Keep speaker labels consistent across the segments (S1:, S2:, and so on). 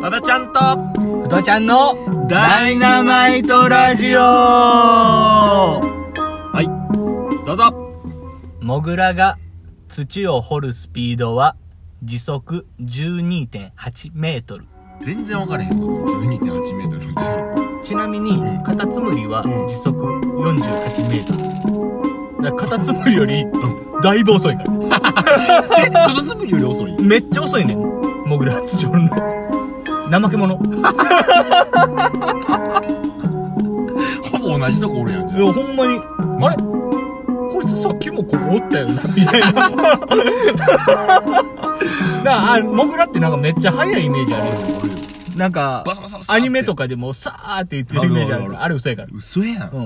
S1: 和田ちゃんと
S2: うどちゃんの
S1: ダイナマイトラジオはいどうぞ
S2: モグラが土を掘るスピードは時速12.8メートル
S1: 全然分からへんわ12.8メートル時速
S2: ちなみにカタツムリは
S1: うん
S2: 時速48メートルだからカタツムリよりだいぶ遅いから
S1: えカタツムリより遅い
S2: めっちゃ遅いねんモグラ土掘るの怠け者
S1: ほぼ同じとこおるやんじゃ
S2: いやほんまにあれこいつさっきもここおったよなみたいな だからあモグラってなんかめっちゃ速いイメージあるよなんか
S1: バサバサバ、サ
S2: アニメとかでもさーって言ってるイメージある
S1: あるあるあ
S2: から。
S1: る
S2: あれ嘘やから。
S1: 嘘やん
S2: う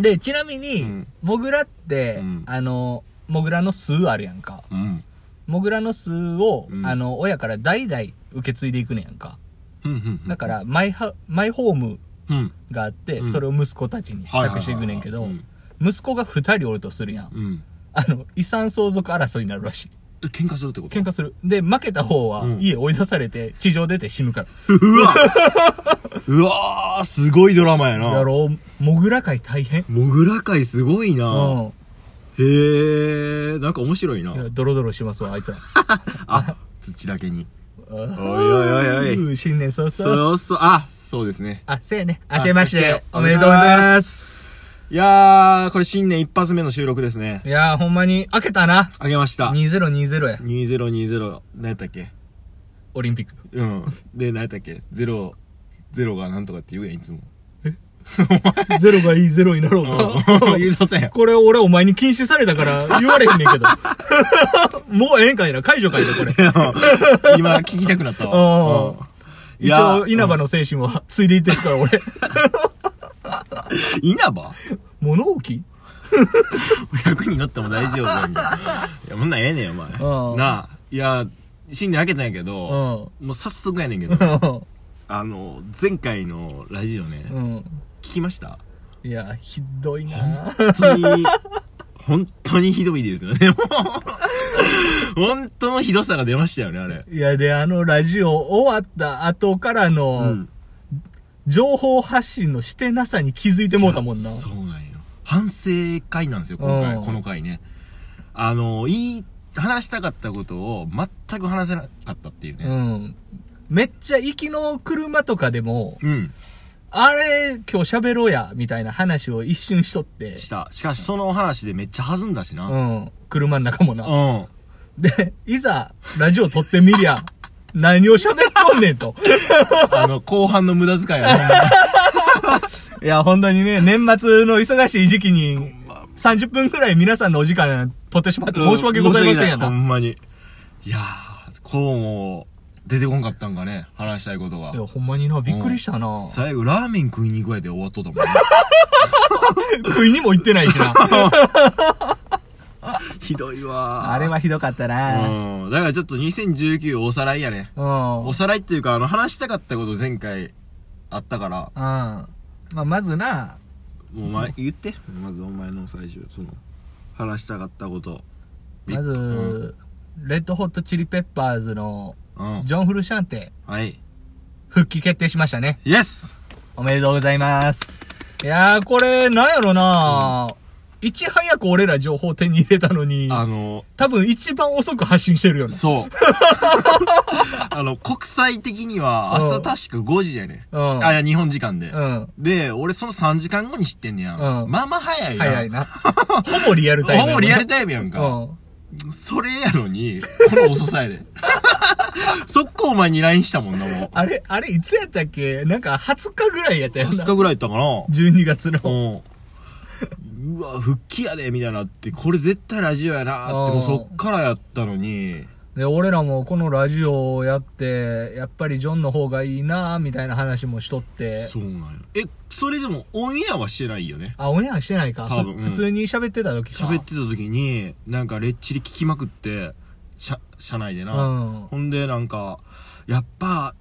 S2: ん。で、ちなみに、
S1: うん
S2: モグラって、
S1: うん
S2: あの、モグラの巣あるやんか。
S1: うん
S2: モグラの巣を、
S1: うん
S2: あの、親から代々受け継いでいくねやんか。
S1: うんうんうん
S2: だから、マイハ、マイホーム
S1: うん
S2: があって、
S1: うん
S2: それを息子たちに
S1: はいはいはいはい
S2: 託していくねんけど
S1: うん、
S2: 息子が二人おるとするやん。
S1: うん
S2: あの、遺産相続争いになるらしい。
S1: え喧嘩するってこと
S2: 喧嘩する。で、負けた方は
S1: うん
S2: 家追い出されて、地上出て死ぬから。
S1: う わうわーすごいドラマや
S2: や
S1: な
S2: ろう、モグラ界大変。
S1: モグラ界すごいな
S2: うん。
S1: へえなんか面白いない
S2: やドロドロしますわあいつら
S1: あ土だけ に
S2: おい
S1: おいおいおい
S2: 新年早々
S1: そうそうあそうですね
S2: あそうやね明けまして
S1: あ
S2: おめでとうございます
S1: いやーこれ新年一発目の収録ですね
S2: いやーほんまに明けたな
S1: あげました
S2: 2020や
S1: 2020何やったっけ
S2: オリンピック
S1: うんで何やったっけゼロゼロがなんとかって言うやんいつも
S2: ゼロがいいゼロになろう が
S1: 言うとったやん
S2: これ俺お前に禁止されたから言われへんねんけど もうええんかいな解除かいなこれ
S1: 今聞きたくなったわ
S2: うん
S1: うんい
S2: 一
S1: や
S2: 応稲葉の精神はついでいってるから俺
S1: 稲葉
S2: 物置
S1: 100になっても大丈夫 だみたいないや、もんなんええねん、お前。
S2: うん
S1: なあ、いや、新年明けたんやけ
S2: う
S1: ど、
S2: ん
S1: もう早速やねんけ
S2: う
S1: ど、
S2: ん
S1: あの、前回のラジオね、
S2: うん
S1: 聞きました
S2: いやひどいな
S1: 本当に、本当にひどいですよね、もう。本当のひどさが出ましたよね、あれ。
S2: いやであのラジオ終わった後からの、
S1: うん。
S2: 情報発信のしてなさに気づいてもうたもんな。
S1: そうなんよ。反省会なんですよ、今
S2: う
S1: 回、
S2: ん
S1: この回ね。あの、いい、話したかったことを全く話せなかったっていう
S2: う
S1: ね。
S2: ん。めっちゃ行きの車とかでも、
S1: うん
S2: あれ、今日喋ろうや、みたいな話を一瞬しとって。
S1: した。しかし、その話でめっちゃ弾んだしな。
S2: うん。車の中もな。
S1: うん。
S2: で、いざ、ラジオ撮ってみ りゃ、何を喋っとんねんと。
S1: あ の、後半の無駄遣いは、
S2: いや、本当にね、年末の忙しい時期に、30分くらい皆さんのお時間取ってしまって 申し訳ございませんや
S1: ほ
S2: な。
S1: んまに。いやー、こうも、出てこんかったんかね、話したいことが
S2: い。や、ほんまにな、びっくりしたな。
S1: 最後、ラーメン食いに行くやで終わっとった もんね。
S2: 食いにも行ってない しな。
S1: ひどいわー。
S2: あれはひどかったな。
S1: うん。だからちょっと2019おさらいやね。
S2: うん。
S1: おさらいっていうか、あの、話したかったこと前回あったから、
S2: うん。まあ、まずな、
S1: もうお前、言って。まずお前の最初、その、話したかったこと。
S2: まず、
S1: うん
S2: レッドホットチリペッパーズの
S1: うん。
S2: ジョン・フルシャンテ、
S1: はい。
S2: 復帰決定しましたね。
S1: イエス
S2: おめでとうございます。いやー、これ、なんやろな、いち早く俺ら情報手に入れたのに、
S1: あの、
S2: 多分一番遅く発信してるよね。
S1: そう。 あの、国際的には
S2: うん
S1: 朝確か5時やね。
S2: うん
S1: あ、いや、日本時間で
S2: う。ん。
S1: で、俺その3時間後に知ってんねや
S2: うん
S1: ん。まあまあ早いな。
S2: 早いな。ほぼリアルタイムやな。
S1: ほぼリアルタイムやんか。
S2: うん。
S1: それやのに、この遅さやで。 速攻お前に LINE したもんな、も
S2: あれ、あれ、いつやったっけなんか20日ぐらいやった
S1: う。
S2: よ
S1: 20
S2: な。
S1: 日ぐらいいったかな。
S2: 12月の。
S1: うん。うわ、復帰やで、みたいなって、これ絶対ラジオやなって、
S2: うん
S1: もうそっからやったのに。
S2: で俺らもこのラジオをやってやっぱりジョンの方がいいなみたいな話もしとって
S1: そうなんや。え、それでもオンエアはしてないよね。
S2: あオンエアしてないか
S1: 多分
S2: ふ
S1: うん
S2: 普通に喋ってた時か
S1: 喋ってた時になんかレッチリ聞きまくって車車内で
S2: う
S1: な、
S2: ん
S1: ほんでなんかやっぱ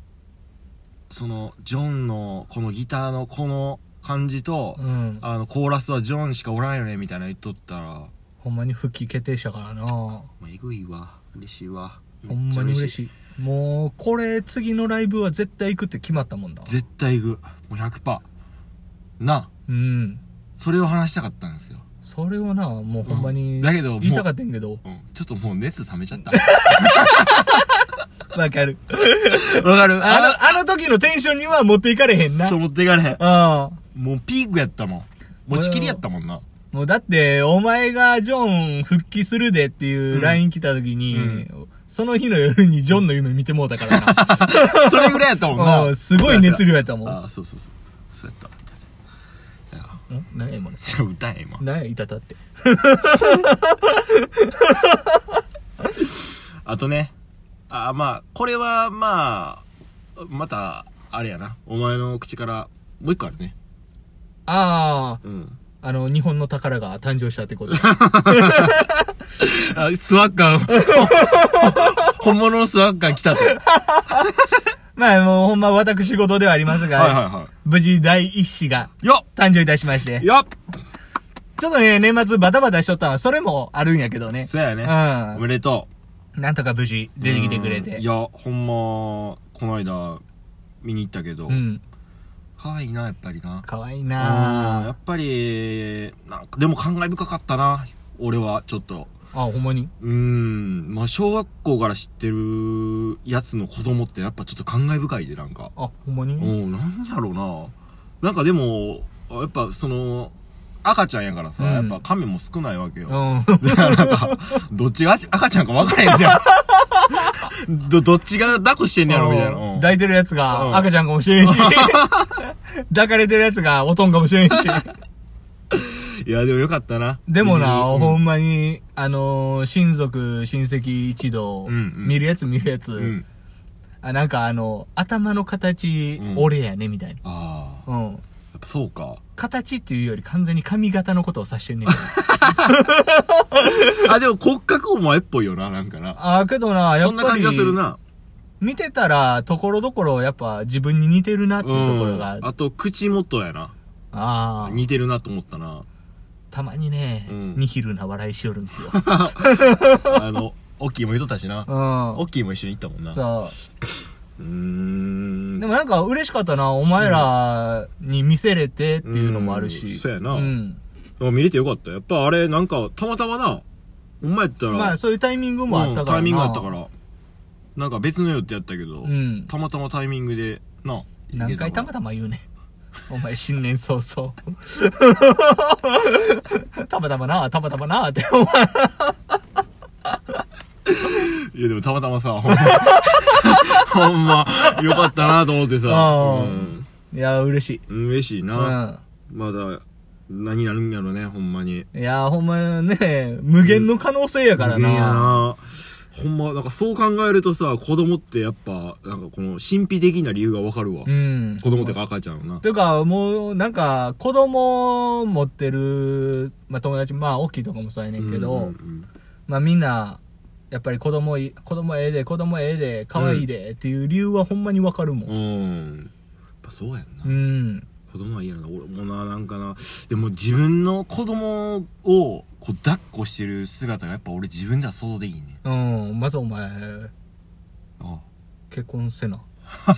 S1: そのジョンのこのギターのこの感じと、
S2: うん
S1: あのコーラスはジョンしかおらんよねみたいな言っとったらも
S2: ほんまに復帰決定したからなほ
S1: うえぐいわ嬉しいわ
S2: んまに嬉し
S1: い
S2: いもう、これ、次のライブは絶対行くって決まったもんだ。
S1: 絶対行くもう100%なあ
S2: うん。
S1: それを話したかったんですよ、
S2: それはな、もうほんま
S1: う
S2: に、
S1: んだけどもう
S2: 言いたかったんやけ
S1: う
S2: ど、
S1: ん、ちょっともう熱冷めちゃった
S2: わかる。
S1: わかる
S2: あの、あの時のテンションには持っていかれへんな。
S1: そう
S2: う
S1: 持っていかれへん
S2: ん。
S1: もうピークやったもん持ちきりやったもんな
S2: もうだって、お前がジョン復帰するでっていううん LINE 来た時に、
S1: う
S2: その日の夜にジョンの夢見てもうたからな。
S1: それぐらいやったもん
S2: う
S1: なん
S2: すごい熱量やったもん。
S1: ああそうそうそうそうやったいや
S2: ん何や今の。
S1: じゃあ歌え今
S2: 何や、いたたって。
S1: あとねああまあこれはまあまたあれやなお前の口からもう一個あるね
S2: ああ、
S1: うん
S2: あの、日本の宝が誕生したってこと。
S1: あスワッガン本物のスワッガン来たと
S2: まあ、もうほんま私事ではありますが、
S1: はいはいは
S2: 無事第一子が
S1: いよ
S2: 誕生いたしまして
S1: っ。よっ
S2: ちょっとね、年末バタバタしとったのは、それもあるんやけどね。
S1: そうやね、お
S2: う
S1: めでと
S2: ん。なんとか無事
S1: う
S2: 出てきてくれて。
S1: うんいやほんまこの間見に行ったけど、
S2: うん。
S1: 可愛いなやっぱりな
S2: かわいい
S1: うんや
S2: な
S1: っぱりなんかでも感慨深かったな俺はちょっと
S2: あ、ほんまに
S1: うんまあ小学校から知ってるやつの子供ってやっぱちょっと感慨深いでなんか
S2: あ、ほんま
S1: う
S2: に
S1: んなんやろうななんかでもやっぱその赤ちゃんやからさ、
S2: うん
S1: やっぱ亀も少ないわけよ、
S2: うん。
S1: だから なんか、どっちが赤ちゃんか分からへんじゃん。 ど、どっちが抱っこしてんねやろみたいな。うん
S2: 抱いてるやつ
S1: うん
S2: が赤ちゃんかもし れんし。抱かれてるやつがおとんかもしれんし。
S1: いや、でもよかったな。
S2: でもな、
S1: うん
S2: ほんまに、あのー親族、親戚一同、
S1: うんうん
S2: 見るやつ見るやつ、
S1: うん。
S2: あ、なんかあの、頭の形、
S1: うん
S2: 俺やね、みたいな。
S1: ああ、
S2: うん。
S1: やっぱそうか。
S2: 形っていうより完全に髪型のことを指し てんねんけど。
S1: あ、でも骨格お前っぽいよな、なんかな。
S2: ああ、けどな、や
S1: そ
S2: っ
S1: ん
S2: ぱ
S1: な
S2: り、
S1: 感じがするな。
S2: 見てたら、ところどころやっぱ自分に似てるなって
S1: う
S2: いうところ
S1: ん。
S2: が、あ
S1: あと、口元やな。
S2: あー、
S1: 似てるなと思ったな。
S2: たまにね、
S1: うん
S2: ニヒルな笑いしよるんで すよ。
S1: あの、 オッキーもいとったしな
S2: う。ん
S1: オ。ッキーも一緒に行ったもんな。う
S2: そ
S1: ー
S2: う。
S1: ん
S2: で。もなんか嬉しかったな、お前らに見せれてっていうのもあるし。
S1: うんそうやな
S2: うん。
S1: あ見れてよかった。やっぱあれ、なんか、たまたまな、お前やったら、
S2: まあそういうタイミングもあったから
S1: う
S2: な。
S1: んタイミングあったからなんか別の予定やったけど、
S2: うん。
S1: たまたまタイミングでな
S2: 何回たまたま言うねん。お前新年早々。 たまたまな、たまたまなって。お前
S1: いやでもたまたまさほんま ほんまよかったなと思ってさ
S2: あー
S1: うん
S2: いや、嬉しい。
S1: うん嬉しいうな、
S2: ん。
S1: まだ何になるんやろねほんまに
S2: いやー、ほんまね、無限の可能性やから
S1: 無限や
S2: な。
S1: なほんまなんかそう考えるとさ子供ってやっぱなんかこの神秘的な理由がわかるわ、
S2: うん。
S1: 子供ってか赤ちゃんはな
S2: てか、もう、なんか、子供持ってる、まあ、友達、まあ、大きいとかもそうやねんけど、
S1: うんうん
S2: まあ、みんな、やっぱり子供い、子供ええで、子供ええで、可愛いで、っていう理由はほんまにわかるも
S1: うん
S2: ん。
S1: うんやっぱそうやんな
S2: うん。
S1: 子供はいいやな俺もななんかなでも自分の子供をこう抱っこしてる姿がやっぱ俺自分では想像できんね
S2: うん。まずお前、
S1: あ
S2: 結婚せな。
S1: あ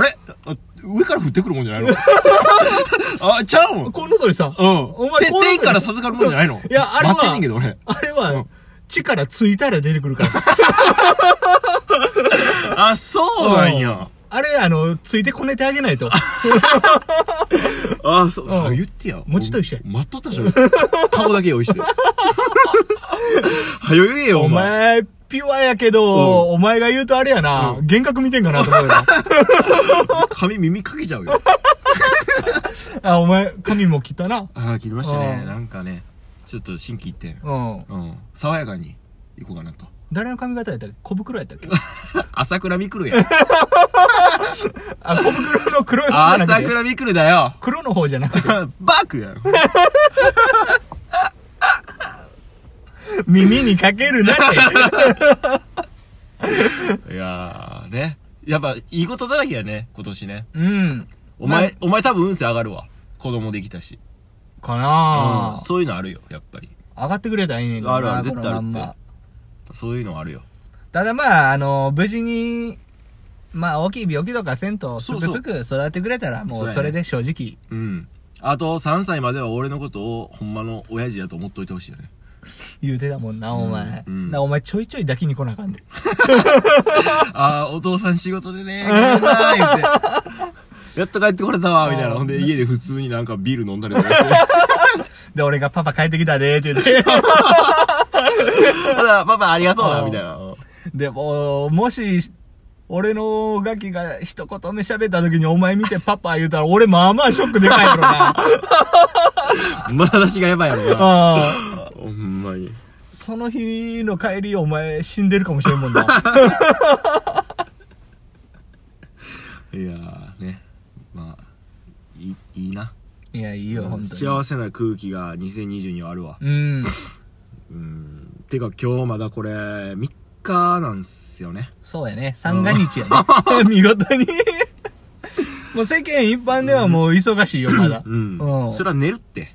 S1: れあ上から降ってくるもんじゃないの あちゃうもん
S2: コウノトリさ、
S1: う
S2: お
S1: ん
S2: 前
S1: て
S2: こういうの
S1: 天から授かるもんじゃないの
S2: いやあれは
S1: 待ってんねんけど俺
S2: あれは、
S1: うん
S2: 力ついたら出てく るから。
S1: あそうなんや
S2: あれ、あの、ついてこねてあげないと。
S1: あそうあ
S2: うん
S1: 言ってや
S2: 餅と一緒や
S1: 待っとったでしょ 顔だけ用意して はよ言えよ
S2: お
S1: お前
S2: 前、ピュアやけど、
S1: う
S2: お前が言うとあれやな、
S1: う
S2: 幻覚見てんかなと思うよな。
S1: 髪耳かけちゃうよ
S2: あ、お前、髪も切ったな。
S1: ああ切りましたね
S2: うん
S1: なんかねちょっと心機一転
S2: うん。
S1: うん、爽やかに行こうかなと。
S2: 誰の髪型やったっけ小袋やったっけ
S1: 朝倉未来や。
S2: あ、小袋の黒い方じゃな
S1: 朝
S2: くて。
S1: 倉未来だよ。
S2: 黒の方じゃなくて。
S1: バクやろ。
S2: 耳にかけるなっ て。
S1: いやー、ね。やっぱ、いいことだらけやね、今年ね。
S2: うん。
S1: お前
S2: な、
S1: お前多分運勢上がるわ。子供できたし。
S2: かな
S1: うん
S2: ぁ、
S1: そういうのあるよ、やっぱり。
S2: 上がってくれたらいいねんけどな
S1: あるある
S2: このまん
S1: 絶
S2: ま
S1: 対あるそういうのあるよ。
S2: ただまあ、あの、無事に、まあ、大きい病気とかせんと、す
S1: そう
S2: く
S1: そう
S2: すく育ってくれたら、も
S1: そう
S2: う
S1: やね
S2: それで正直。
S1: うん。あと、3歳までは俺のことを、ほんまの親父やと思っといてほしい よね。
S2: 言うてたもんな、お前。
S1: うんうん
S2: なお前ちょいちょい抱きに来なあかんで。
S1: あー、お父さん仕事でね、ごめんなー言って。やっと帰ってこれたわ、みたいな。ほんで、家で普通になんかビール飲んだりとかして。
S2: で、俺がパパ帰ってきたで、って言って。
S1: ただ、パパありがとうな、みたいな。
S2: でも、もし、俺のガキが一言目喋った時にお前見てパパ言うたら、俺まあまあショックでかいやろ
S1: ま
S2: な。
S1: だしがやばいやろな。
S2: ああ
S1: ほんまに。
S2: その日の帰り、お前死んでるかもしれんもんな。
S1: いやー、ね。まあ、いい、いいな。
S2: いや、いいよ、本当に。
S1: 幸せな空気が2020にはあるわ。
S2: うん。
S1: うん。てか今日まだこれ、3日なんすよね。
S2: そうやね。三が日やね。 見事に。もう世間一般ではもう忙しいよ、まだ。
S1: うん。
S2: うん
S1: そりゃ寝るって。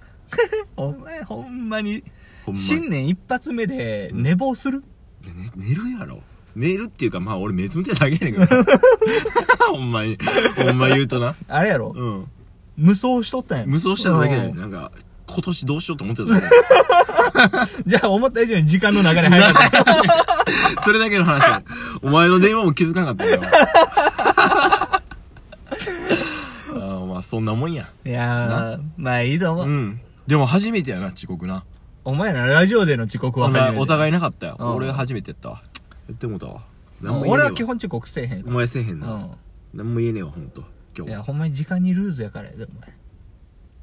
S2: お前、ほんまに。
S1: ほんま。
S2: 新年一発目で寝坊する、
S1: いやね寝るやろ寝るっていうかまあ俺目つむってるだけやねんけ どほんまにほんま言うとな
S2: あれやろ、
S1: うん
S2: 無双しとったんや
S1: 無双しただけ
S2: や
S1: でなんか今年どうしようと思ってただ
S2: じゃあ思った以上に時間の流れ 早かった。
S1: け それだけの話やお前の電話も気づかなかった よああまあそんなもんや
S2: いやー、まあいいと思う。
S1: うんでも初めてやな遅刻な
S2: お前らラジオでの遅刻は初めて。
S1: お互いなかったよ
S2: うん
S1: 俺初めてやったわやってもうたわ何も言えねえわ
S2: 俺は基本遅刻せえへん
S1: お
S2: か
S1: 前せえへん
S2: ら。
S1: な何も言えねえわほんと
S2: う
S1: 今
S2: ん。い
S1: 日
S2: や、ほんまに時間にルーズやからやで、お前。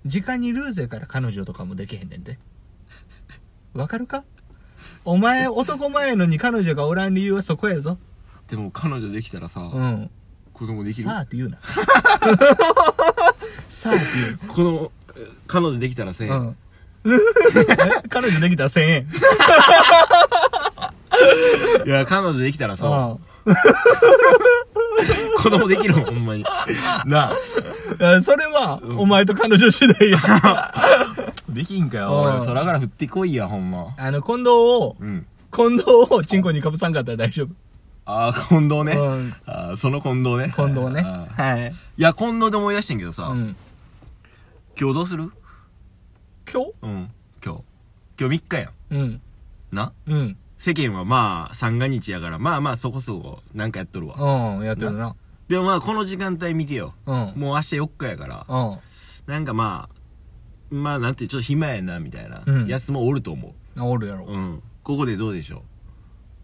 S2: 時間にルーズやから彼女とかもできへんねんで。わかるかお前男前のに彼女がおらん理由はそこやぞ。
S1: でも彼女できたらさ
S2: うん。
S1: 子供できる
S2: さあって言 うな。さあって言うな。
S1: このえ彼女できたらせ、
S2: うん。 え彼女できたら1000円。
S1: いや彼女できたらさ、
S2: うん
S1: 子供できるもんほんま になあ
S2: いやそれは、お前と彼女次 第や。
S1: できんか
S2: うん
S1: よ俺空から降ってこいやほんま
S2: あの、近藤を、
S1: うん
S2: 近藤をチンコにかぶさんかったら大丈夫。
S1: ああ近藤ね、
S2: うん
S1: あーその近藤ね
S2: 近藤ね。
S1: あー
S2: はい。
S1: いや近藤で思い出してんけどさ、
S2: うん。
S1: 今日どうする
S2: 今日
S1: うん今日今日3日や
S2: うん。
S1: んな
S2: うん。
S1: 世間はまあ三が日やからまあまあそこそこなんかやっとるわ、
S2: うん、やってるな。
S1: でもまあこの時間帯見てよ
S2: うん。
S1: もう明日4日やから
S2: うん。
S1: なんかまあまあなんてちょっと暇やなみたいな、
S2: うん
S1: やつもおると思う
S2: あおるやろ。
S1: うん。ここでどうでしょう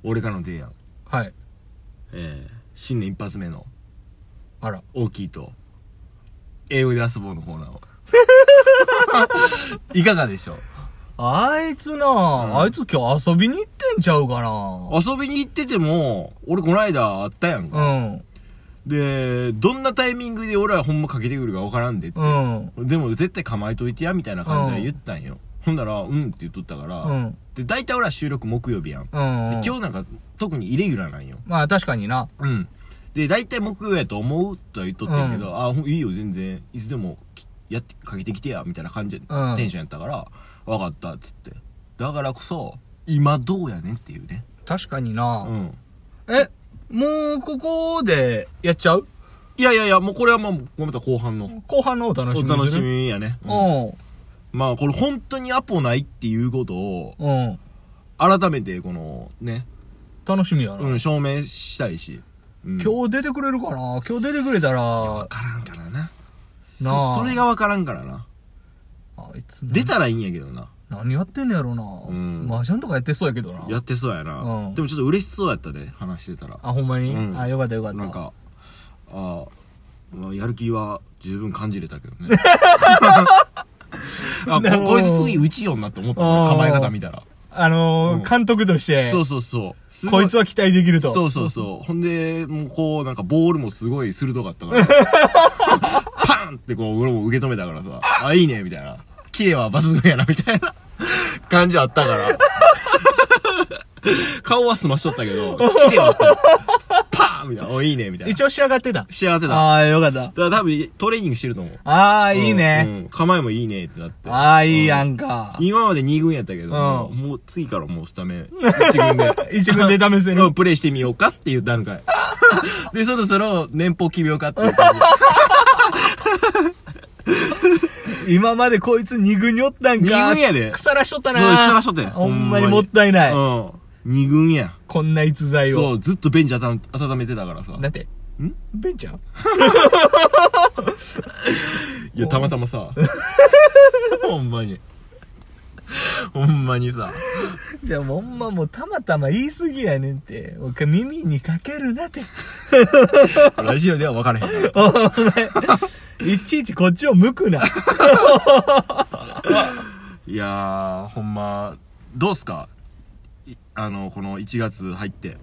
S1: 俺からの提案。
S2: はい。
S1: ええ新年一発目の
S2: あら。
S1: 大きいと、英語で遊ぼうのコーナーを。 いかがでしょう
S2: あいつなあ、いつ今日遊びに行ってんちゃうかな
S1: 遊びに行ってても、俺この間あったやん
S2: う
S1: か。
S2: ん。
S1: で、どんなタイミングで俺はほんまかけてくるかわからんでって。
S2: うん。
S1: でも絶対構えといてや、みたいな感じで言ったんよ。ほんなら、うんって言っとったから。
S2: うん。
S1: で、大体俺は収録木曜日やん。で、
S2: うん。
S1: 今日なんか特にイレギュラーなんよ。
S2: まあ確かにな。
S1: うん。で、大体木曜やと思うとは言っとってんけど、あ、ほんいいよ、全然、いつでもきやって、かけてきてや、みたいな感じで、
S2: うん
S1: テンションやったから、わかった、っつって。だからこそ、今どうやねんっていうね。
S2: 確かに
S1: う
S2: な。
S1: ん。
S2: え、もうここでやっちゃう
S1: いやいやいや、もうこれはもう、また後半の。
S2: 後半のお楽しみ
S1: お
S2: にす
S1: 楽し
S2: る。
S1: みやね。うん
S2: う
S1: まあ、これ本当にアポないっていうことを、
S2: ん。うん。
S1: 改めて、この、ね、
S2: 楽しみやな。
S1: うん、証明したいし。うん、わ
S2: 今日出てくれるかな今日出てくれたら、あ
S1: からんからな。
S2: なあ
S1: そ、それがわからんからな。
S2: いつな
S1: 出たらいいんやけどな。
S2: 何やってんのやろな。
S1: ん
S2: 麻雀とかやってそうやけどな。
S1: やってそうやな、
S2: うん
S1: でもちょっと嬉しそうやったで話してたら
S2: あ、ほんまに、
S1: うん
S2: あ、よかったよかった。
S1: なんかああまあやる気は十分感じれたけど ねあここいつ次うちよんなって思った
S2: あ
S1: の
S2: ー
S1: 構え方見たら、
S2: あのー
S1: うん
S2: 監督として、
S1: そうそうそうすご
S2: こいつは期待できると。
S1: そうそうそうほんでもうこうなんかボールもすごい鋭かったから パンってこう俺も受け止めたからさあいいねみたいなキレは抜群やなみたいな感じあったから顔は済ましとったけどキレはあったパーンみたいな。お、いいね、みたいな。
S2: 一応仕上がってた。
S1: 幸せだ。だか
S2: ああ、よかった。
S1: ら多分、トレーニングしてると思う。
S2: ああ、いい
S1: うん
S2: ね。
S1: うん構えもいいねってなって。
S2: ああ、いいやんか。
S1: 今まで2軍やったけど、
S2: う
S1: もう次からもうスタメン。1軍で。
S2: 一軍で試せ
S1: う
S2: る
S1: ん。プレイしてみようかっていう段 階。で、そろそろ年俸決めようかっていう感じ。
S2: 今までこいつ二軍におったんか。
S1: 二軍やで
S2: 腐らしとったな。
S1: そう腐らしとったんや
S2: ほんまにもったいない。
S1: うん。2軍や。
S2: こんな逸材を。
S1: そう、ずっとベンチあた温めてたからさ。
S2: なんて。んベンちゃん
S1: いや、たまたま さ。ほんまに。ほんまにさ。
S2: じゃあほんまもうたまたま言い過ぎやねんって。もう一回耳にかけるなって。
S1: ラジオでは分からへんから。
S2: お前、いちいちこっちを向くな。
S1: いやー、ほんま、どうっすかいあの、この1月入って。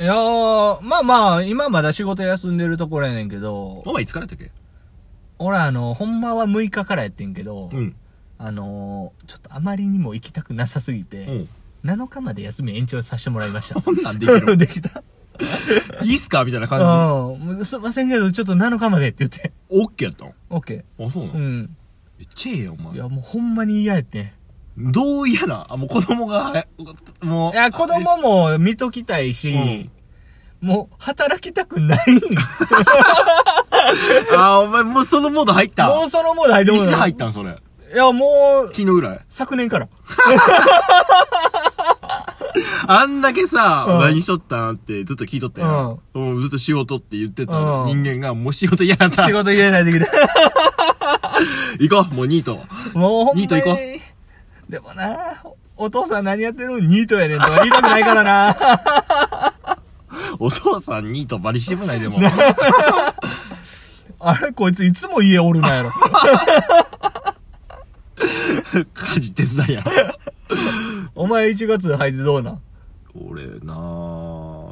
S2: いやー、まあまあ、今まだ仕事休んでるところやねんけど、
S1: お前いつからやったっけ
S2: 俺あの、ほんまは6日からやってんけど、
S1: うん。
S2: あのー、ちょっとあまりにも行きたくなさすぎて、
S1: うん。
S2: 7日まで休み延長させてもらいました。
S1: こん なんできる
S2: できた。
S1: いいっすかみたいな
S2: うん
S1: 感じ。
S2: もう。すいませんけど、ちょっと7日までって言って。
S1: オッケーやったん
S2: OK。
S1: あ、そうな
S2: う
S1: の
S2: ん。
S1: めっちゃええよ、お前
S2: い。や、もうほんまに嫌やってん。
S1: どう嫌なあ、もう子供が、もう。
S2: いや、子供も見ときたいし、もう働きたくない。
S1: あー、お前もうそのモード入った。
S2: もうそのモード入って
S1: い
S2: も
S1: つ入
S2: い
S1: ったんそれ。
S2: や、もう、
S1: 昨日ぐらい。
S2: 昨年から。
S1: あんだけさ、
S2: うん
S1: 何しとったんってずっと聞いとったよ。うん、ずっと仕事って言ってた
S2: うん
S1: 人間が、もう仕事嫌だった
S2: 仕。事入れないといけない。
S1: 行こう、もうニート。
S2: もうほんまに。
S1: ニート行こ
S2: でもな、お父さん何やってるのニートやねんとか言いたくないから な。
S1: お父さんニートバリしてもないでも。
S2: あれ、こいついつも家おるなやろ。
S1: 家事手伝いや。
S2: お前1月入ってどうなん
S1: 俺なあ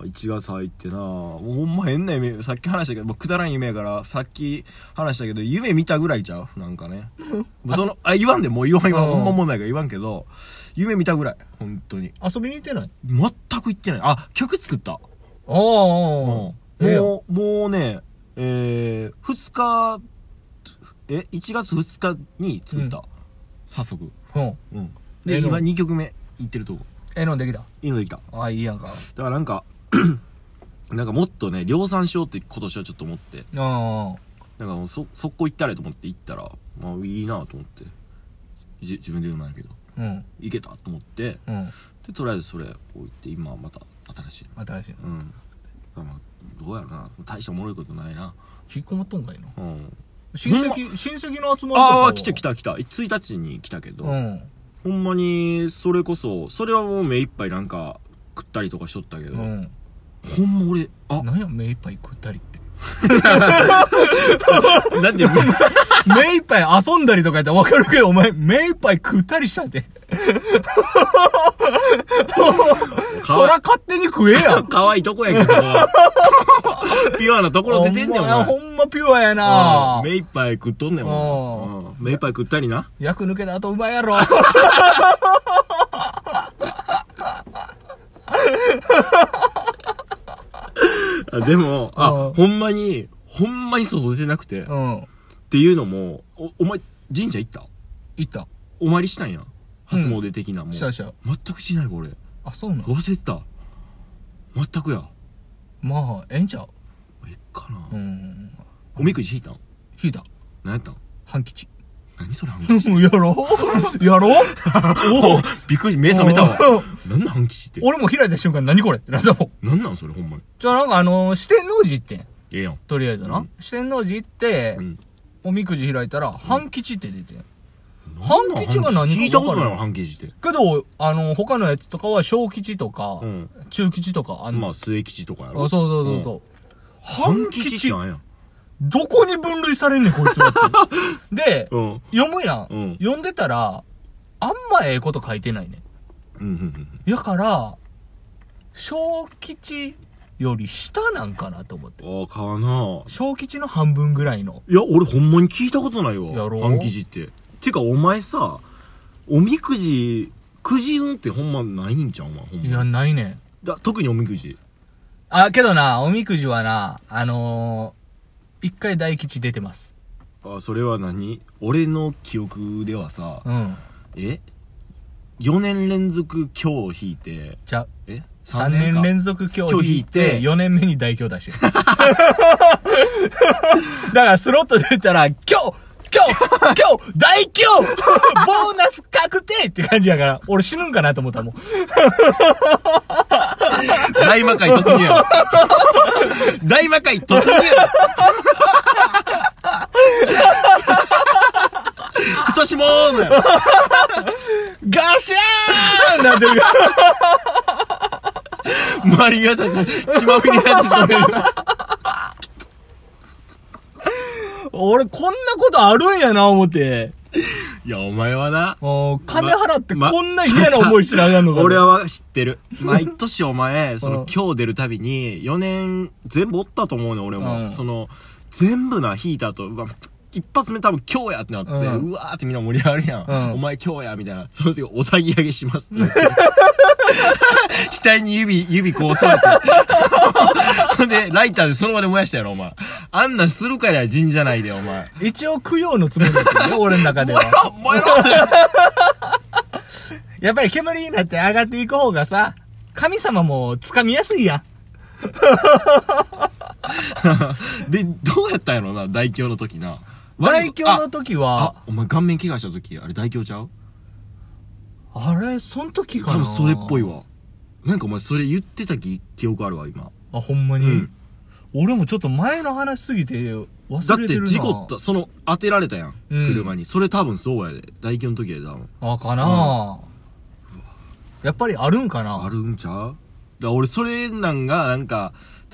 S1: 1月入ってなあほんま変な夢、さっき話したけど、もうくだらん夢やから、さっき話したけど、夢見たぐらいちゃうなんか ね。もうその、あ、言わんで、もう言わん言わん、
S2: うん
S1: ほんまもんないから言わんけど、夢見たぐらい、本当に。
S2: 遊びに行ってない
S1: 全く言ってない。あ、曲作った。
S2: ああ、も
S1: うん
S2: う、
S1: もう、もうね、えー、2日、え、1月2日に作った。
S2: う
S1: 早速。
S2: うん。
S1: うん。で、
S2: えの
S1: 今2曲目いってるとこ。
S2: ええのできた。
S1: いいのできた。
S2: ああ、いいやんか。
S1: だから なんか、なんかもっとね、量産しようって今年はちょっと思って、
S2: あ
S1: なんかもうそ、速攻行ったらと思って行ったら、まあいいなと思って、じ自分で言うのもなんやけど、
S2: あ、うん、
S1: 行けたと思って、
S2: うん。
S1: で、とりあえずそれ置いて、今また新しい。
S2: 新しいの。
S1: うん。まあ、どうやろな。大したおもろいことないな。
S2: 引っこもっとんかいな。
S1: うん。
S2: 親戚、親戚の集まりとかは
S1: ああ、来た来。た来た。1日に来たけど、
S2: うん。
S1: ほんまに、それこそ、それはもう目いっぱいなんか食ったりとかしとったけど、
S2: うん。
S1: ほんま俺、あ、
S2: なんや、目いっぱい食ったりって。
S1: なんで、
S2: 目いっぱい遊んだりとかやったらわかるけど、お前、目いっぱい食った りしたんで。そら勝手に食えやん。
S1: 可愛いとこやけど、ピュアなところ出てんねん、お
S2: ほんま
S1: 前。
S2: ほんまピュアやな
S1: うん目いっぱい食っとんねん、お前うん目いっぱい食ったりな。
S2: 役抜けた後うまい やろ。
S1: あでも、
S2: う
S1: あ
S2: ん、
S1: ほんまに、ほんまに外出てなくて、っ
S2: うん。
S1: ていうのも、お、お前、神社行った
S2: 行った。
S1: お参りしたんや。初詣的な、もう。
S2: したした。
S1: 全くしない、俺。
S2: あ、そうなの
S1: 忘れてた。全くや。
S2: まあ、ええんちゃう。
S1: えっかな、
S2: うん。
S1: おみくじ引いたん
S2: 引いた。
S1: 何やったん
S2: 半吉。
S1: 何それ半吉
S2: うんやろ やろ
S1: おおびっくり目覚めたわ
S2: うん
S1: 何なん半吉って
S2: 俺も開いた瞬間何これってなったもん。
S1: 何なんそれほんまに
S2: じゃあなんかあのー、四天王寺行ってん。
S1: ええやん
S2: とりあえずな。
S1: うん
S2: 四天王寺行って、
S1: うん
S2: おみくじ開いたら、半吉って出てん。半吉が何か分からん
S1: 聞いたことないわ半吉って
S2: けど、あの、他のやつとかは小吉とか、
S1: うん
S2: 中吉とかあんの、
S1: まあ末吉とかや
S2: あ
S1: ろ
S2: そうそうそうそう。
S1: 半
S2: 半
S1: 吉
S2: 吉
S1: ってなんや
S2: どこに分類されんねん、こいつはって。 で、
S1: うんうん
S2: 読むやん,、
S1: うん
S2: 読んでたら、あんまええこと書いてないね
S1: うんうん
S2: ん。やから、小吉より下なんかなと思って。
S1: ああかな
S2: 小吉の半分ぐらいの。
S1: いや俺ほんまに聞いたことないわ
S2: やろ
S1: 半吉っててかお前さおみくじくじ運ってほんまないんちゃうお前ほん
S2: いや、
S1: ま
S2: ないねん。
S1: だ特におみくじ
S2: あ、けどな、おみくじはな、あのー、一回大吉出てます。
S1: あ、それは何俺の記憶ではさ、
S2: うん。
S1: え ?4 年連続今日引いて、
S2: じゃあ、
S1: え
S2: 3年連続今日引い
S1: 今日
S2: て、
S1: 引いて
S2: 4年目に代表出してる。 だからスロットで言ったら、今日今日今日大凶ボーナス確定って感じやから、俺死ぬんかなと思ったもん。
S1: 大魔界突入やろ大魔界突入やろひとしもーのやろ
S2: ガシャーンなってるから
S1: 周りにたち、血まみれになってしまう。
S2: 俺こんなことあるんやな思って。
S1: いや、お前はな、
S2: もう金払って
S1: ま
S2: こんな嫌な思いしなあかんのかな
S1: 俺。は知ってる。毎年お前、そ
S2: うん
S1: の、今日出るたびに、4年、全部おったと思うね、俺
S2: う
S1: も
S2: ん。
S1: その、全部な、引いた後、うわ一発目多分今日やってなって、
S2: うん
S1: うわーってみんな盛り上がるや
S2: うん
S1: ん。お前今日や、みたいな。その時、おたぎ上げしますってなって。額に指、指こう添えて。そんで、ライターでその場で燃やしたやろ、お前。あんなんするから神社内で、お前。
S2: 一応供養のつもりだったよ、俺の中では。
S1: 燃えろ燃えろ
S2: やっぱり煙になって上がっていく方がさ、神様も掴みやすいやん。
S1: で、どうやったんやろな、大凶の時な。
S2: 大凶の時は
S1: あ、、お前顔面怪我した時、あれ大凶ちゃう
S2: あれ、その時か
S1: 多
S2: な
S1: 分それっぽい。わ。なんかお前それ言ってた記記憶あるわ、今。
S2: あ、ほんまに。
S1: うん
S2: 俺もちょっと前の話すぎて忘
S1: だっ
S2: れて
S1: て
S2: るな。
S1: 事故った、その、当てられたやん。
S2: うん
S1: 車に。それ多分そうやで。大凶の時やで、多分。
S2: あ、かな、やっぱりあるんかな
S1: あるんちゃうだから俺それなんが、なんか、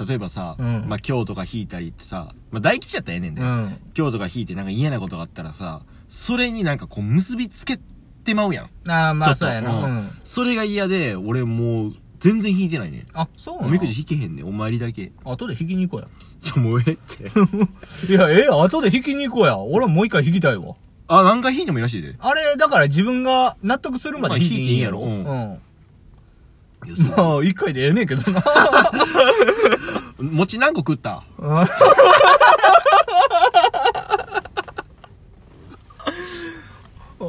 S1: 例えばさ、
S2: うん
S1: まあ今日とか引いたりってさ、まあ大吉やったらええねんで、
S2: うん。
S1: 今日とか引いてなんか嫌なことがあったらさ、それになんかこう結びつけてまうやん。
S2: ああ、ま
S1: ちょっ
S2: あ
S1: と
S2: そうやな。うん。
S1: んそれが嫌で、俺もう、全然引いてないね。
S2: あ、そうな
S1: お
S2: の
S1: みくじ引けへんねん、お参りだけ。
S2: 後で引きに行こ
S1: ちょ、もうええって。
S2: うや。いや、ええや、後で引きに行こうや。俺はもう一回引きたいわ。
S1: あ、何回引いてもいいらしいで。い
S2: あれ、だから自分が納得するまで引いていいんやろ。
S1: まあ引いていいんや
S2: うん。
S1: やそう
S2: まあ、一回でええねんけどな。
S1: 餅何個食った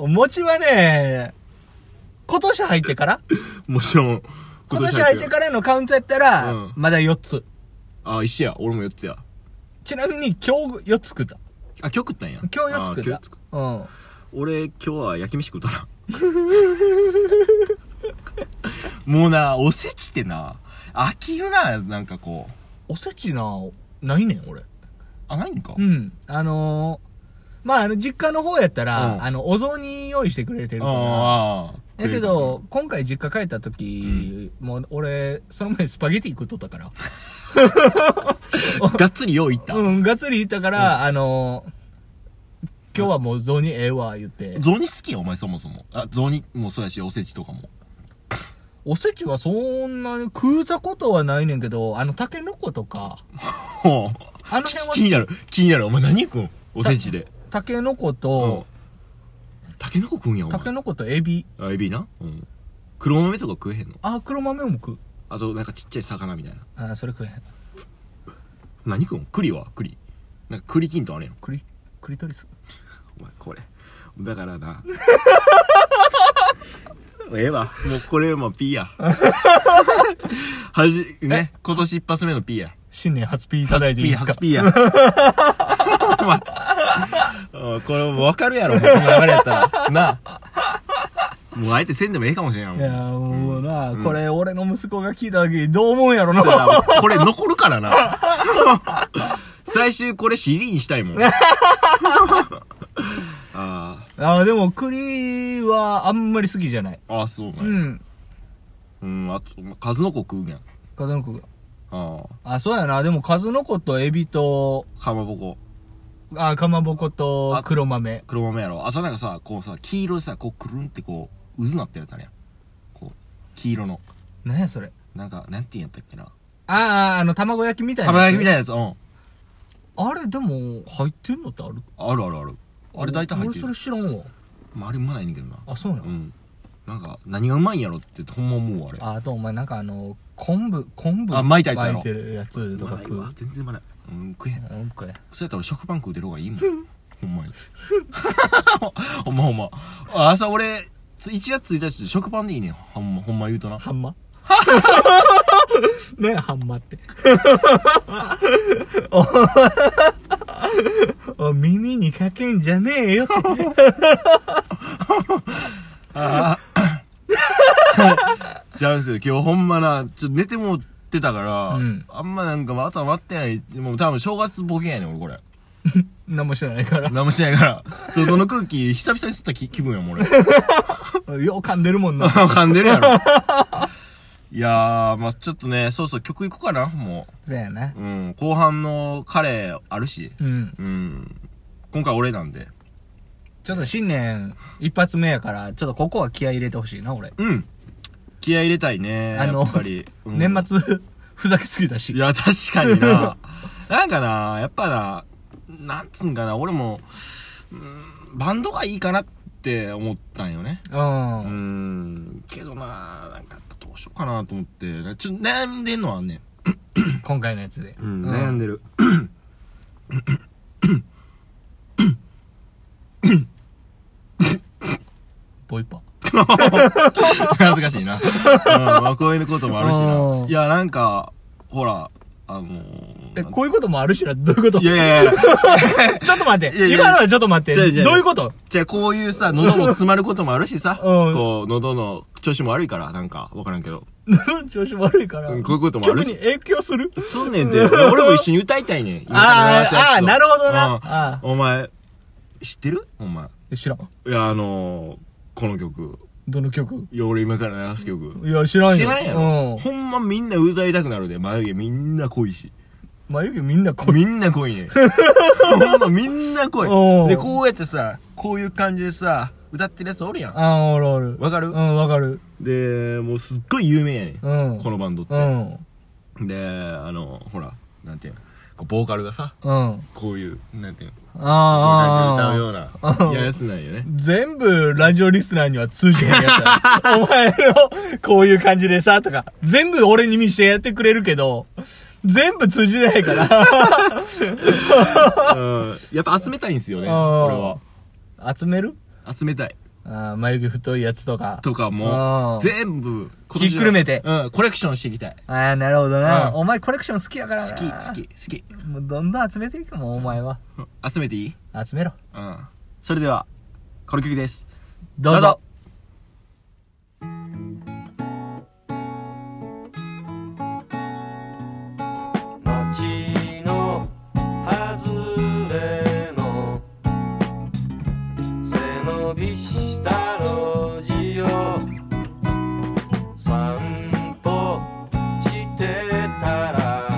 S2: 餅はね、今年入ってから
S1: もちろん。
S2: 今年入ってからのカウントやったら、
S1: うん
S2: まだ4つ。
S1: ら。あ、一緒や。俺も4つや。
S2: ちなみに今日4つ食った。
S1: あ、今日食ったんや。
S2: 今日4つ
S1: あ
S2: 食
S1: 今
S2: っ
S1: 日
S2: た。うん。
S1: 俺、今日は焼き飯食った な。もうな、おせちってな、飽きるな、なんかこう。
S2: おせちな、ないねん、俺。
S1: あ、ないんか
S2: うん。あのー、まあ、あの、実家の方やった
S1: う
S2: ら、
S1: ん
S2: あの、お雑煮用意してくれてるから。
S1: ああ。
S2: だけど、今回実家帰った時、もう俺、その前スパゲティ食っとった から。
S1: 食えるな、がっつり用意いった。
S2: うん、がっつりいったから、あのー、今日はもう雑煮ええわ、言って。
S1: 雑煮好きや、お前そもそも。あ、雑煮もそうやし、おせちとかも。
S2: おせちはそんなに食うたことはないねんけど、あの、タケノコとか、
S1: ほう。
S2: あの辺は
S1: 気になる、気になる。お前何食うんおせちで。
S2: タケノコ
S1: うん
S2: と、。
S1: タケノコ食うんや、お
S2: タケ
S1: 前。
S2: ノコとエビ。
S1: あ、エビな。うん。黒豆とか食えへんの
S2: あ、黒豆も食う。
S1: あと、なんかちっちゃい魚みたいな。
S2: あ、それ食えへん。
S1: 何食うん栗は栗。なんか栗きんとんあれやん。
S2: クリ、クリトリス。
S1: お前、これ。だから な。ええわ。もうこれも P や。 はじ、ね。今年一発目の P や。
S2: 新年初ピーいただいていいですか
S1: 初 P や。 お前お前これもうわかるやろ、この流れやったら。なあ。もうあえてせんでもええかもしれんやん。
S2: いやー、もうな、これ俺の息子が聞いた時にどう思うんやろ
S1: そうや
S2: な。
S1: なこれ残るからな。最終これ CD にしたいも ん。ああ
S2: あー、でも栗はあんまり好きじゃない。
S1: ー、ああ、そう
S2: う
S1: ね。
S2: ん。
S1: うん、あと、数の子食うやん。
S2: 数の子が。
S1: あ
S2: あ、そうやな。でも数の子とエビと、
S1: あ、かまぼこ、
S2: あ、かまぼこと
S1: あ
S2: 黒豆。
S1: 黒豆やろ。あとなんかさ、こうさ、黄色でさ、こうくるんってこう、渦なってるやつあるやん。こう、黄色の。
S2: 何やそれ。
S1: なんか、なんて言うんやったっけな。
S2: ああ、あの、卵焼きみたいな。
S1: 玉焼きみたいなやつ、うん。
S2: あれ、でも、入ってんのってある
S1: あるあるある。あれ大体入って
S2: 俺そ
S1: る
S2: れ。知らんわ。
S1: まあ、あれうまないねんけどな。
S2: あ、そうな
S1: う
S2: の、
S1: ん。なんか何がうまいんやろってほんま思うあれ
S2: ああとお前なんかあの昆布昆布
S1: あ巻いたやつやろ
S2: 巻いてるやつとか食
S1: うま
S2: う
S1: な、いわ全然まだうん食えへん
S2: うん、食え
S1: そうやったら食パン食うてる方がいいもんほんまに ほんまほんま朝俺つ1月1日食パンでいいねんほんまほんま言うとな
S2: ハン マねえハンマって おお耳にかけんじゃねえよって
S1: 違うんですよ今日ほんまなちょっと寝てもってたから、
S2: うん
S1: あんまなんか頭割ってないもう多分正月ボケやねん俺これ
S2: 何も知らないから
S1: 何もしないから 外の空気久々に吸った気気分やもん俺
S2: よう噛んでるもんな
S1: 噛んでるやろいやーまあちょっとねそうそう曲いこうかなも
S2: そうやな
S1: ううん後半のカレーあるし
S2: うん
S1: うん今回俺なんで
S2: ちょっと新年一発目やからちょっとここは気合い入れてほしいな俺、
S1: うん。気合い入れたいね。
S2: あの
S1: やっぱり。うん
S2: 年末ふざけすぎたし
S1: いや、確かに な。なんかな、やっぱな、なんつうんかな、俺も、うんバンドがいいかなって思ったんよね。
S2: う
S1: うんん。けどな、なんかやっぱどうしようかなと思って、ちょっと悩んでんのはね。
S2: 今回のやつで、
S1: うん、
S2: うん
S1: 悩んでる。
S2: ボ イパ
S1: 恥ずかしいな。うん、まあこういうこともあるし
S2: う
S1: な。
S2: ん
S1: いや、なんか、ほら、あの
S2: え
S1: ー、
S2: こういうこともあるしなどういうこと
S1: いやいやいや。
S2: ちょっと待って。
S1: いやいや
S2: 今のはちょっと待って。
S1: 違う違う違う
S2: どういうこと
S1: じゃあこういうさ、喉も詰まることもあるしさ、
S2: うん
S1: こう、喉の調子も悪いから、なんか、わからんけど。
S2: 調子悪いから。
S1: うんこういうこともあるし
S2: 曲に影響する
S1: すんねんて、 俺も一緒に歌いたいねん。
S2: あーあー、なるほど
S1: うん
S2: な。あ
S1: お前、知ってるお前。
S2: ー知らん。
S1: いや、あのー、この曲。
S2: どの曲
S1: いや、俺今から流す曲。
S2: いや、知らんよ。
S1: 知らんやろ。
S2: う
S1: ほんまみんな歌いたくなるで、眉毛みんな濃いし。
S2: ん。眉毛みんなこ
S1: みんな濃いね。ほんまみんな濃
S2: お
S1: い。
S2: う
S1: で、こうやってさ、こういう感じでさ、歌ってるやつおるやん。
S2: あー、おるおる。
S1: わか
S2: う
S1: る
S2: ん、わかる。
S1: で、もうすっごい有名やねん。
S2: うん。
S1: このバンドって
S2: う。ん。
S1: であのほらなんていうのこうボーカルがさ
S2: うん。
S1: こういうなんていうのこ
S2: あ
S1: うやっ
S2: ーあ
S1: て歌うよ
S2: ー。
S1: うな
S2: あ
S1: いややつなん よね
S2: 全部、ラジオリスナーには通じへんやつ やお前の、こういう感じでさ、とか。全部俺に見してやってくれるけど、全部通じないから。
S1: うんやっぱ集めたいんすよね俺は
S2: 集める
S1: 集めたい
S2: あー眉毛太いやつとか。
S1: とか
S2: う
S1: も
S2: ん
S1: 全部今
S2: ひっくるめて
S1: うんコレクションしていきたい
S2: ああ、なるほどな。
S1: うん
S2: お前コレクション好きやからな。
S1: 好き好き好き
S2: もうどんどん集めていくもん、お前は。
S1: うん集めていい
S2: 集めろ。
S1: うんそれではこの曲です
S2: どうぞ。
S3: 街の外れの背伸びした路地を散歩してたら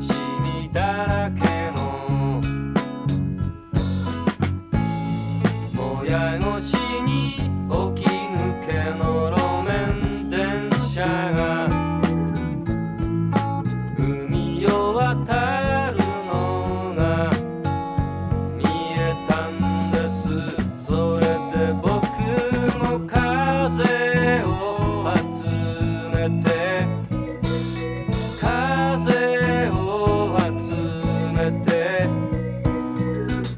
S3: シミだらけの親越しに起き抜けの路面電車が海を渡るのが見えたんですそれで僕も風を集めて風を集めて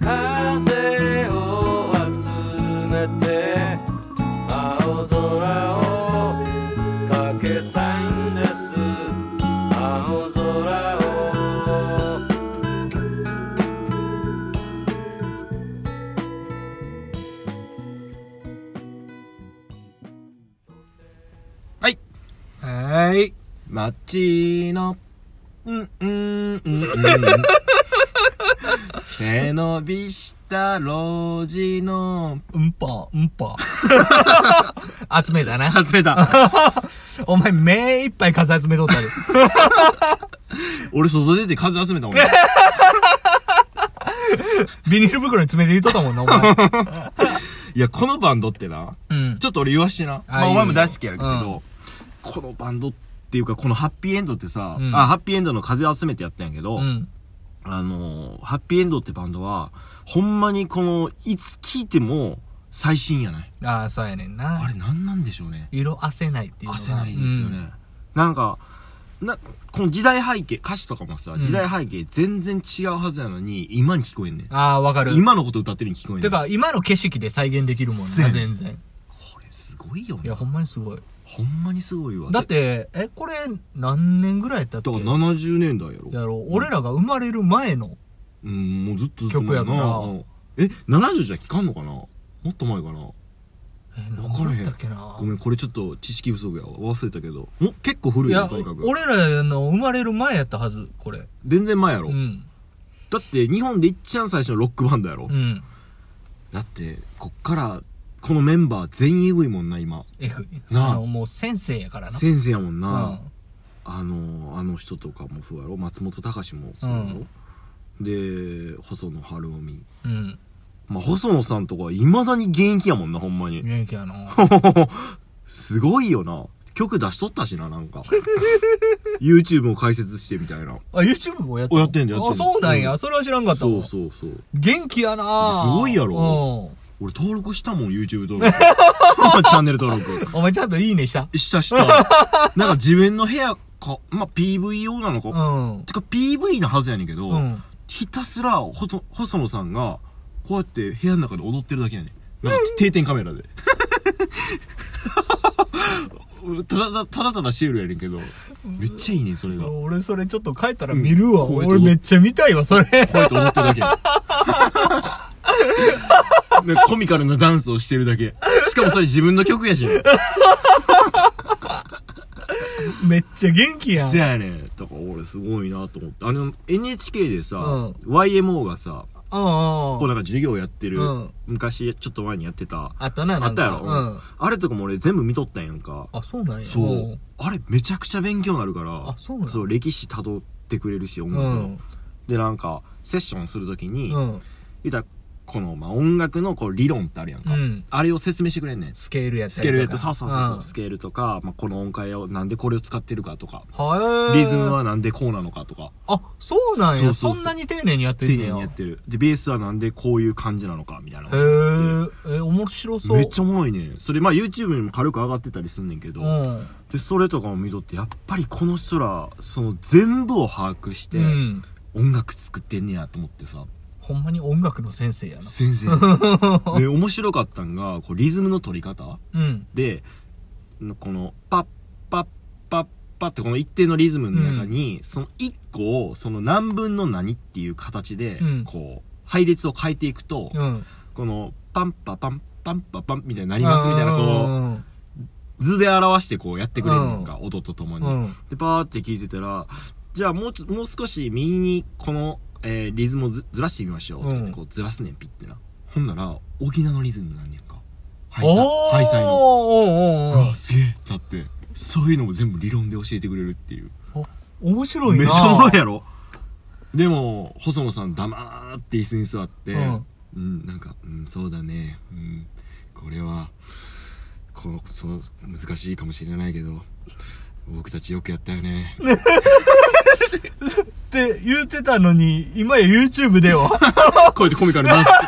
S3: 風を集めて青空をかけたいんです青空を
S1: はい
S2: はーい。
S1: マッチの、うん、うん、うん、うん。背伸びした路地の、
S2: うんぱ、うんぱ。 集めたな。
S1: 集め た。
S2: お前目いっぱい数集めと ったで。
S1: 俺外出て数集めた もんね。
S2: ビニール袋に詰めていっとったもんな、お 前。
S1: いや、このバンドってな、
S2: うん。
S1: ちょっと俺言わしてな。
S2: あ
S1: まあ
S2: いいよ
S1: お前も大好きやけど、
S2: うん
S1: このバンドっていうか、このハッピーエンドってさ、
S2: うん
S1: あ、ハッピーエンドの風集めてやったんやけど、
S2: うん。
S1: あのーハッピーエンドってバンドは、ほんまにこの、いつ聴いても、最新やない
S2: ああそうやねん
S1: あ
S2: な
S1: れ何なんでしょうね
S2: 色あせないっていうのが
S1: 焦ないですよね、
S2: うん
S1: なんかなこの時代背景歌詞とかもさ、
S2: うん
S1: 時代背景全然違うはずやのに今に聞こえんねん
S2: ああわかる
S1: 今のこと歌ってるに聞こえんねん
S2: てか今の景色で再現できるもん
S1: せや
S2: な
S1: ね
S2: 全然
S1: これすごいよね
S2: いやほんまにすごい
S1: ほんまにすごいわ
S2: だってえこれ何年ぐらいやったっけ
S1: だから70年代やろ
S2: やろう俺らが生まれる前の
S1: うんもうずっとずっと
S2: 曲やから
S1: うんえ70じゃ聞かんのかなもっと前かな
S2: え
S1: 分
S2: 何
S1: からへ
S2: だ
S1: ん
S2: ったっけな
S1: ごめんこれちょっと知識不足やわ忘れたけどもう結構古
S2: い
S1: いよ
S2: や
S1: とにかく
S2: 俺らの生まれる前やったはずこれ
S1: 全然前やろ、
S2: うん
S1: だって日本でいっちゃん最初のロックバンドやろ、
S2: うん
S1: だってこっからこのメンバー全員エグいもんな今
S2: F
S1: なあ
S2: あのもう先生やからな
S1: 先生やもん
S2: う
S1: な、
S2: ん
S1: あのあの人とかもそうやろ松本隆もそうやろ、で細野晴臣
S2: うん
S1: まあ細野さんとかいまだに現役やもんなほんまに
S2: 元気やな
S1: すごいよな曲出しとったしななんか YouTube も解説してみたいな
S2: あ YouTube もやって
S1: おやってんだやってんだ
S2: あそうなんや、
S1: うん
S2: それは知らんかった
S1: そう
S2: わ
S1: そうそう
S2: 元気やな
S1: すごいやろ
S2: ろ
S1: 俺登録したもん YouTube 登録 チャンネル登録
S2: うんお前ちゃんといいねした
S1: したした。なんか自分の部屋か、まあ、PVO なのか。
S2: うん
S1: てか PV なはずやねんけど、
S2: うん
S1: ひたすらほと、細野さんが、こうやって部屋の中で踊ってるだけやねん。なんか定点カメラで。 ただただ、ただただシュールやねんけど、めっちゃいいねん、それが。こ
S2: 俺それちょっと帰ったら見るわ、
S1: うんこういうとこ
S2: 俺めっちゃ見たいわそれ
S1: うやって踊ってるだけやねんで コミカルなダンスをしてるだけ。しかもそれ自分の曲やし。
S2: めっちゃ元気やん
S1: せやねん。だから俺すごいなと思って。あの、NHK でさ、
S2: うん
S1: YMO がさ、
S2: うん
S1: こう
S2: うん
S1: なんか授業やってる、
S2: うん
S1: 昔ちょっと前にやってた、
S2: あったな
S1: あ
S2: な
S1: っ
S2: ん
S1: たや
S2: か
S1: ろ、
S2: うん
S1: あれとかも俺全部見とったんやんか。
S2: あそうなんや
S1: そう、
S2: うん
S1: あれめちゃくちゃ勉強になるから、
S2: あそうなん
S1: そう、歴史辿ってくれるし、音楽
S2: う
S1: の。
S2: ん
S1: で、なんか、セッションするときに、
S2: うん
S1: 言ったらこの、まあ、音楽のこう理論ってあるやんか、
S2: うん
S1: あれを説明してくれんねん。ス
S2: スケールやったりとか
S1: ケールやって、そうそうそうそう、
S2: ん
S1: スケールとか、まあ、この音階をなんでこれを使ってるかとか、
S2: はえ
S1: リズムはなんでこうなのかとか。
S2: あそうなんや
S1: そうそうそう
S2: そんなに丁寧にやって
S1: 丁
S2: んね
S1: 寧
S2: や
S1: にやってる。で、ベースはなんでこういう感じなのか、みたいな。
S2: へーえ面白そう
S1: めっちゃおもろいね。それ、まあ YouTube にも軽く上がってたりすんねんけど、
S2: うん
S1: で、それとかも見とって、やっぱりこの人ら、その全部を把握して
S2: う、ん
S1: 音楽作ってんねやと思ってさ、
S2: ほんまに音楽の先生やな
S1: 先生。 で、面白かったんが、こう、リズムの取り方
S2: うん
S1: で、この、パッパッパッパってこの一定のリズムの中に、その一個を、その何分の何っていう形で、
S2: うん
S1: こう、配列を変えていくと、
S2: うん
S1: このパンパパンパンパパンみたいになりますみたいなこ
S2: うん
S1: う図で表してこうやってくれるのか音ととも
S2: う
S1: に
S2: ん
S1: でパーって聞いてたらじゃあもうちょもう少し右にこの、えーリズムをずずらしてみましょうって言って
S2: うん
S1: こうずらすねんピッてなほんなら沖縄のリズムなんねんかハイサイ
S2: お
S1: ハイサイのう
S2: おーおーおー
S1: わすげえってなってそういうのも全部理論で教えてくれるっていう
S2: 面白いな
S1: めちゃおもろいやろでも細野さん黙って椅子に座って、
S2: うん
S1: うん、なんか、うん、そうだね、うん、これはこのそう難しいかもしれないけど僕たちよくやったよね
S2: って言ってたのに、今や YouTube では。
S1: こうやってコミカルにダンスして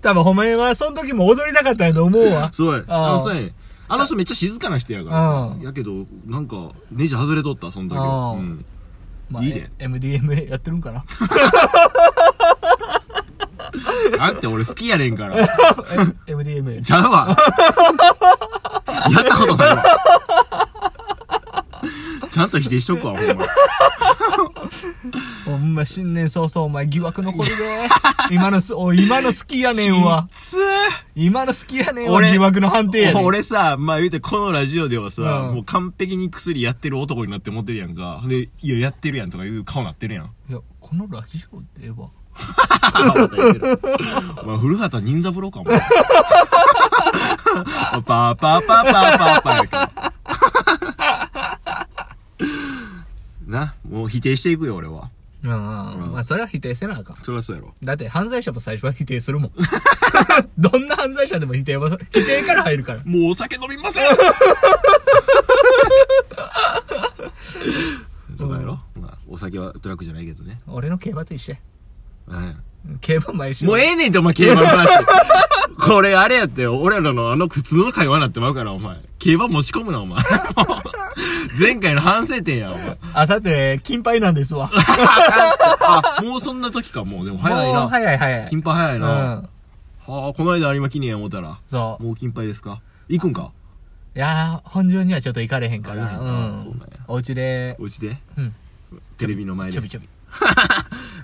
S2: 多分、ほんまには、その時も踊りたかったんやと思う わ。
S1: そうや
S2: あー
S1: あのそうやねあの人めっちゃ静かな人やからさ
S2: うん
S1: やけどなんかネジ外れとったそんだけ、
S2: あ
S1: う
S2: ー
S1: ん、いいね
S2: え MDMA やってるん かな
S1: だって俺好きやねんから
S2: え ?MDMA。
S1: ちゃうわ やったことないわ ちゃんと否定しとくわほんま
S2: ほんま、新年早々、お前疑惑残るで。今のす、おい今の好きやねんわ
S1: き。つー
S2: 今の好きやねんわ。
S1: 俺
S2: 疑惑の判定やねん。
S1: 俺さ、まあ言うてこのラジオではさ、
S2: うん
S1: もう完璧に薬やってる男になって思ってるやんか。で、いや、やってるやんとかいう顔なってるやん。
S2: いや、このラジオでは。
S1: まあ古畑任三郎かも。 パーパーパーパーパーパーやけど。な、もう否定していくよ、俺は。
S2: うん。まあ、それは否定せなあかん。
S1: そりゃそうやろ。
S2: だって、犯罪者も最初は否定するもん。 どんな犯罪者でも否定は、否定から入るから。
S1: もうお酒飲みません そうだやろ、まあ、お酒はドラッグじゃないけどね。
S2: 俺の競馬と一緒や。
S1: 何や
S2: 競馬毎週。
S1: もうええねんって、お前、競馬の話。これ、あれやってよ、俺らのあの普通の会話になってまうから、お前。競馬持ち込むな、お前。 前回の反省点や、お前。
S2: あ、さて、金杯なんですわ。
S1: あ、もうそんな時か、もう。でも早い
S2: もう
S1: な。
S2: 早い早い。
S1: 金杯早いな。
S2: う
S1: は
S2: ん。
S1: あ、この間有馬記念思ったら、
S2: そう。
S1: もう金杯ですか行くんか
S2: いやー、本場にはちょっと行かれへんか
S1: あ行
S2: ら。
S1: か
S2: う
S1: れへんかそうんなんや。
S2: お家で、
S1: うちで
S2: うん。
S1: テレビの前
S2: ち
S1: で
S2: ょび。ちょび。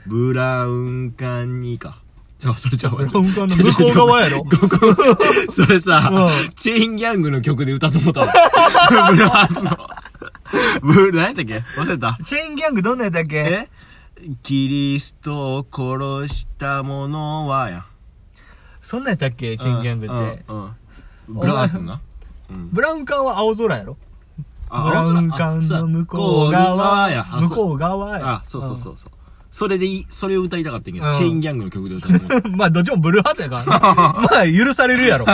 S1: ブラウン管にか。ちゃう、それちゃうわ。
S2: ブラウン管の向こう側やろ
S1: ちょちょちょ向こう それさ、
S2: うん
S1: チェインギャングの曲で歌ってもうたわ。 ブラースの。ブラ、何やったっけ忘れた。
S2: チェーンギャングどんなやったっけ
S1: えキリストを殺した者はやん。
S2: そんなんやったっけチェーンギャングって。
S1: うん。うんブラースのな。
S2: ブラウン管は青空やろ
S1: あ
S2: ブラウン管の向こう側や。向こう側や。
S1: あ、そうそうそうそう。それでいい、それを歌いたかったんやけ
S2: う
S1: ど、
S2: ん
S1: チェインギャングの曲で歌ってもうた。
S2: まあ、どっちもブルーハーツやから ね。まあ、許されるやろ。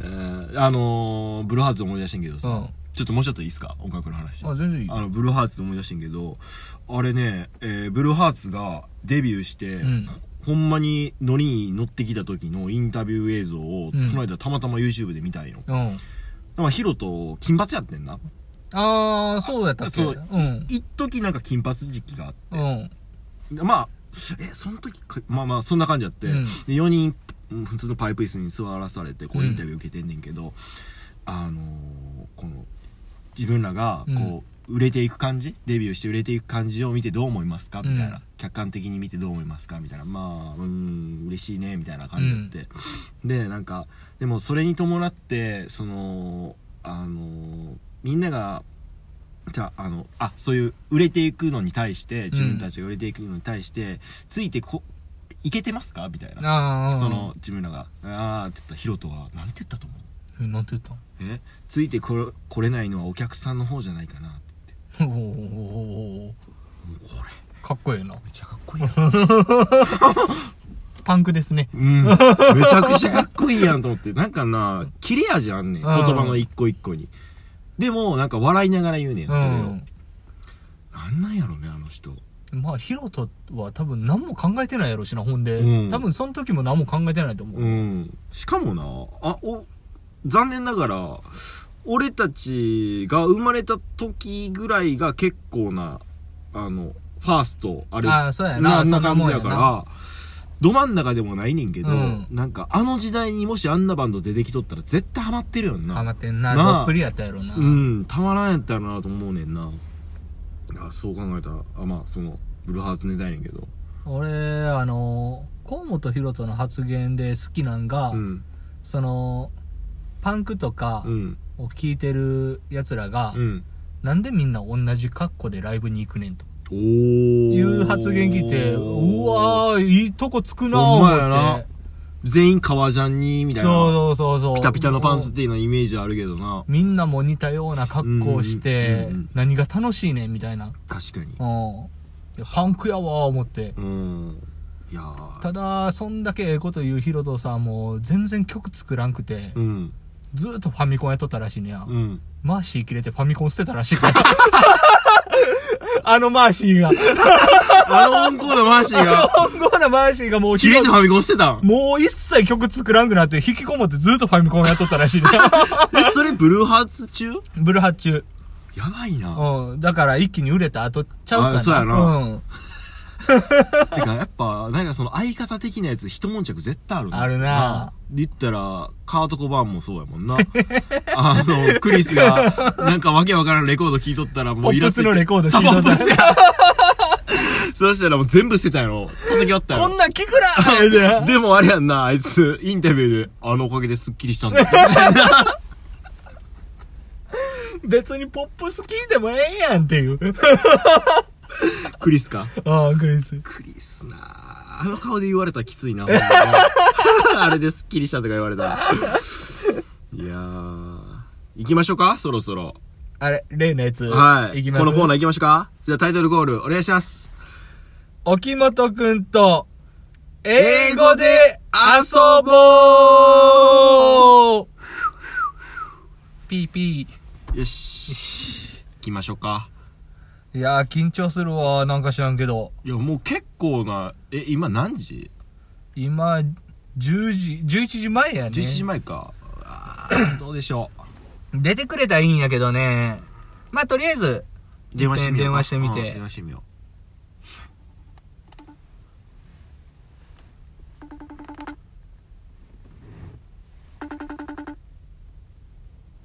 S1: えーあのー、ブルーハーツ思い出してんけどさ、
S2: うん
S1: ちょっともうちょっといいっすか音楽の話。
S2: あ全然いいよ
S1: あの、ブルーハーツ思い出してんけど、あれね、えーブルーハーツがデビューして、
S2: ん
S1: ほんまにノリに乗ってきた時のインタビュー映像を、
S2: うん
S1: この間たまたま YouTube で見たんよ。
S2: うん。
S1: まあ、ヒロと金髪やってんな。
S2: あー、そうやったっけ
S1: そうう、
S2: ん。
S1: い一時なんか金髪時期があって、
S2: うん。
S1: でまあ、え、その時か、まあまあ、そんな感じやって、
S2: うん
S1: で4人、うん普通のパイプ椅子に座らされて、こう、インタビュー受けてんねんけど、あのーこの、自分らが、こう、売れていく感じデビューして売れていく感じを見てどう思いますかみたいな、
S2: うん
S1: 客観的に見てどう思いますかみたいな。まあ、うーん、嬉しいね、みたいな感じやって。で、なんか、でもそれに伴って、その、あのーみんながじゃあ、あの、あ、そういう、売れていくのに対して、自分たちが売れていくのに対して、ついてこ、いけてますかみたいな。
S2: あー。
S1: その、、自分らが、あーって言ったヒロトは、なんて言ったと思う
S2: え、なんて言ったん
S1: えついてこれ、来れないのはお客さんの方じゃないかなって
S2: おーおーおーおー
S1: 言って。もうこれ、
S2: かっこええな。
S1: めちゃかっこいいやん。
S2: パンクですね。
S1: うん。めちゃくちゃかっこいいやんと思って。なんかな、切れ味あんねん。
S2: うん
S1: 言葉の一個一個に。でも、なんか笑いながら言うねん、そうれを。
S2: ん。
S1: なんなんやろね、あの人。
S2: まあ、ヒロトは多分何も考えてないやろうしな、ほんで。
S1: うん
S2: 多分その時も何も考えてないと思う。
S1: うん。しかもな、あ、お、残念ながら、俺たちが生まれた時ぐらいが結構な、あの、ファースト、あれ、
S2: あーそうやな
S1: あんな感じや
S2: そん
S1: か
S2: なもんや
S1: ら、ど真ん中でもないねんけど、
S2: うん
S1: なんかあの時代にもしあんなバンド出てきとったら絶対ハマってるよん
S2: ハマ
S1: な。
S2: ってんな。
S1: なあ
S2: どっぷりやったやろな。
S1: うん、たまらんやったらなと思うねんな。いや、そう考えたら、あ、まあ、その、ブルーハーツネタやねんけど。
S2: 俺、あの、河本ヒロトの発言で好きなんが、
S1: うん、
S2: その、パンクとか
S1: うん、
S2: を聞いてる奴らが、
S1: うん。
S2: なんでみんな同じ格好でライブに行くねんと。
S1: お
S2: い
S1: いう
S2: 発言聞いて、うわー、いいとこつくなぁ、
S1: ほ
S2: 思
S1: んまやな
S2: って。
S1: 全員革ジャンに、みたいな。
S2: そうそうそうそう。
S1: ピタピタのパンツっていうのイメージあるけどな。
S2: みんなも似たような格好をして
S1: うんうんうんうん、
S2: 何が楽しいねんみたいな。
S1: 確かに
S2: う。ん。いやパンクやわー思って。
S1: うん。いやー
S2: ただ、そんだけええこと言うヒロトさんも、全然曲作らんくて、
S1: うん。
S2: ずーっとファミコンやっとったらしいねや。
S1: うん。
S2: マーシー切れてファミコン捨てたらし いから。あのマーシーが。
S1: あの温厚なマーシー が、
S2: 今後のマーシーがもう
S1: ヒ
S2: ヒ
S1: レ
S2: ロ
S1: とファミコンしてたん
S2: もう一切曲作らんくなって、引きこもってずっとファミコンやっとったらしいね。
S1: え、それブルーハーツ中
S2: ブルハ中。
S1: やばいな。
S2: うん。だから一気に売れた後ちゃうかな。
S1: あそうやな
S2: うん。
S1: てか、やっぱ、なんかその相方的なやつ、一悶着絶対あるんですよ
S2: あるな
S1: 言ったら、カート・コバーンもそうやもんな。 あの、クリスが、なんかわけわからんレコード聴いとったら、も
S2: ポ
S1: う
S2: ップスのレコード
S1: 聴
S2: 聴
S1: い
S2: い
S1: と
S2: と
S1: った。
S2: った
S1: ポップスや。 そしたらもう全部捨てたんやろ。叩き割ったんや
S2: こ
S1: ろ
S2: んなん聞くな
S1: でもあれやんな、あいつ、インタビューで、あのおかげですっきり したんだって。
S2: 別にポップス聞いてもええやんっていう。
S1: クリスか。
S2: ああ、クリス。
S1: クリスなあの顔で言われたらきついな、ほんまに あれですっきりしたとか言われたら。いやー。行きましょうかそろそろ。
S2: あれ、例のやつ。
S1: はい。
S2: いきま
S1: こ
S2: す。
S1: のコーナー行きましょうかじゃあタイトルゴールお願いします。
S2: 沖本くんと、英語で
S1: 遊ぼ
S2: ぼうピーピー。
S1: うよし。行きましょうか。
S2: いいやー、緊張するわ。なんか知らんけど。
S1: いや、もう結構な、え、今何時
S2: 今、10時、11時前やね。
S1: ?11 時前か。あーどうでしょ
S2: 出てくれたらいいんやけどね。まあ、とりあえず、
S1: う。電話してみようか。
S2: 電話してみ
S1: う
S2: て
S1: ん電話してみよ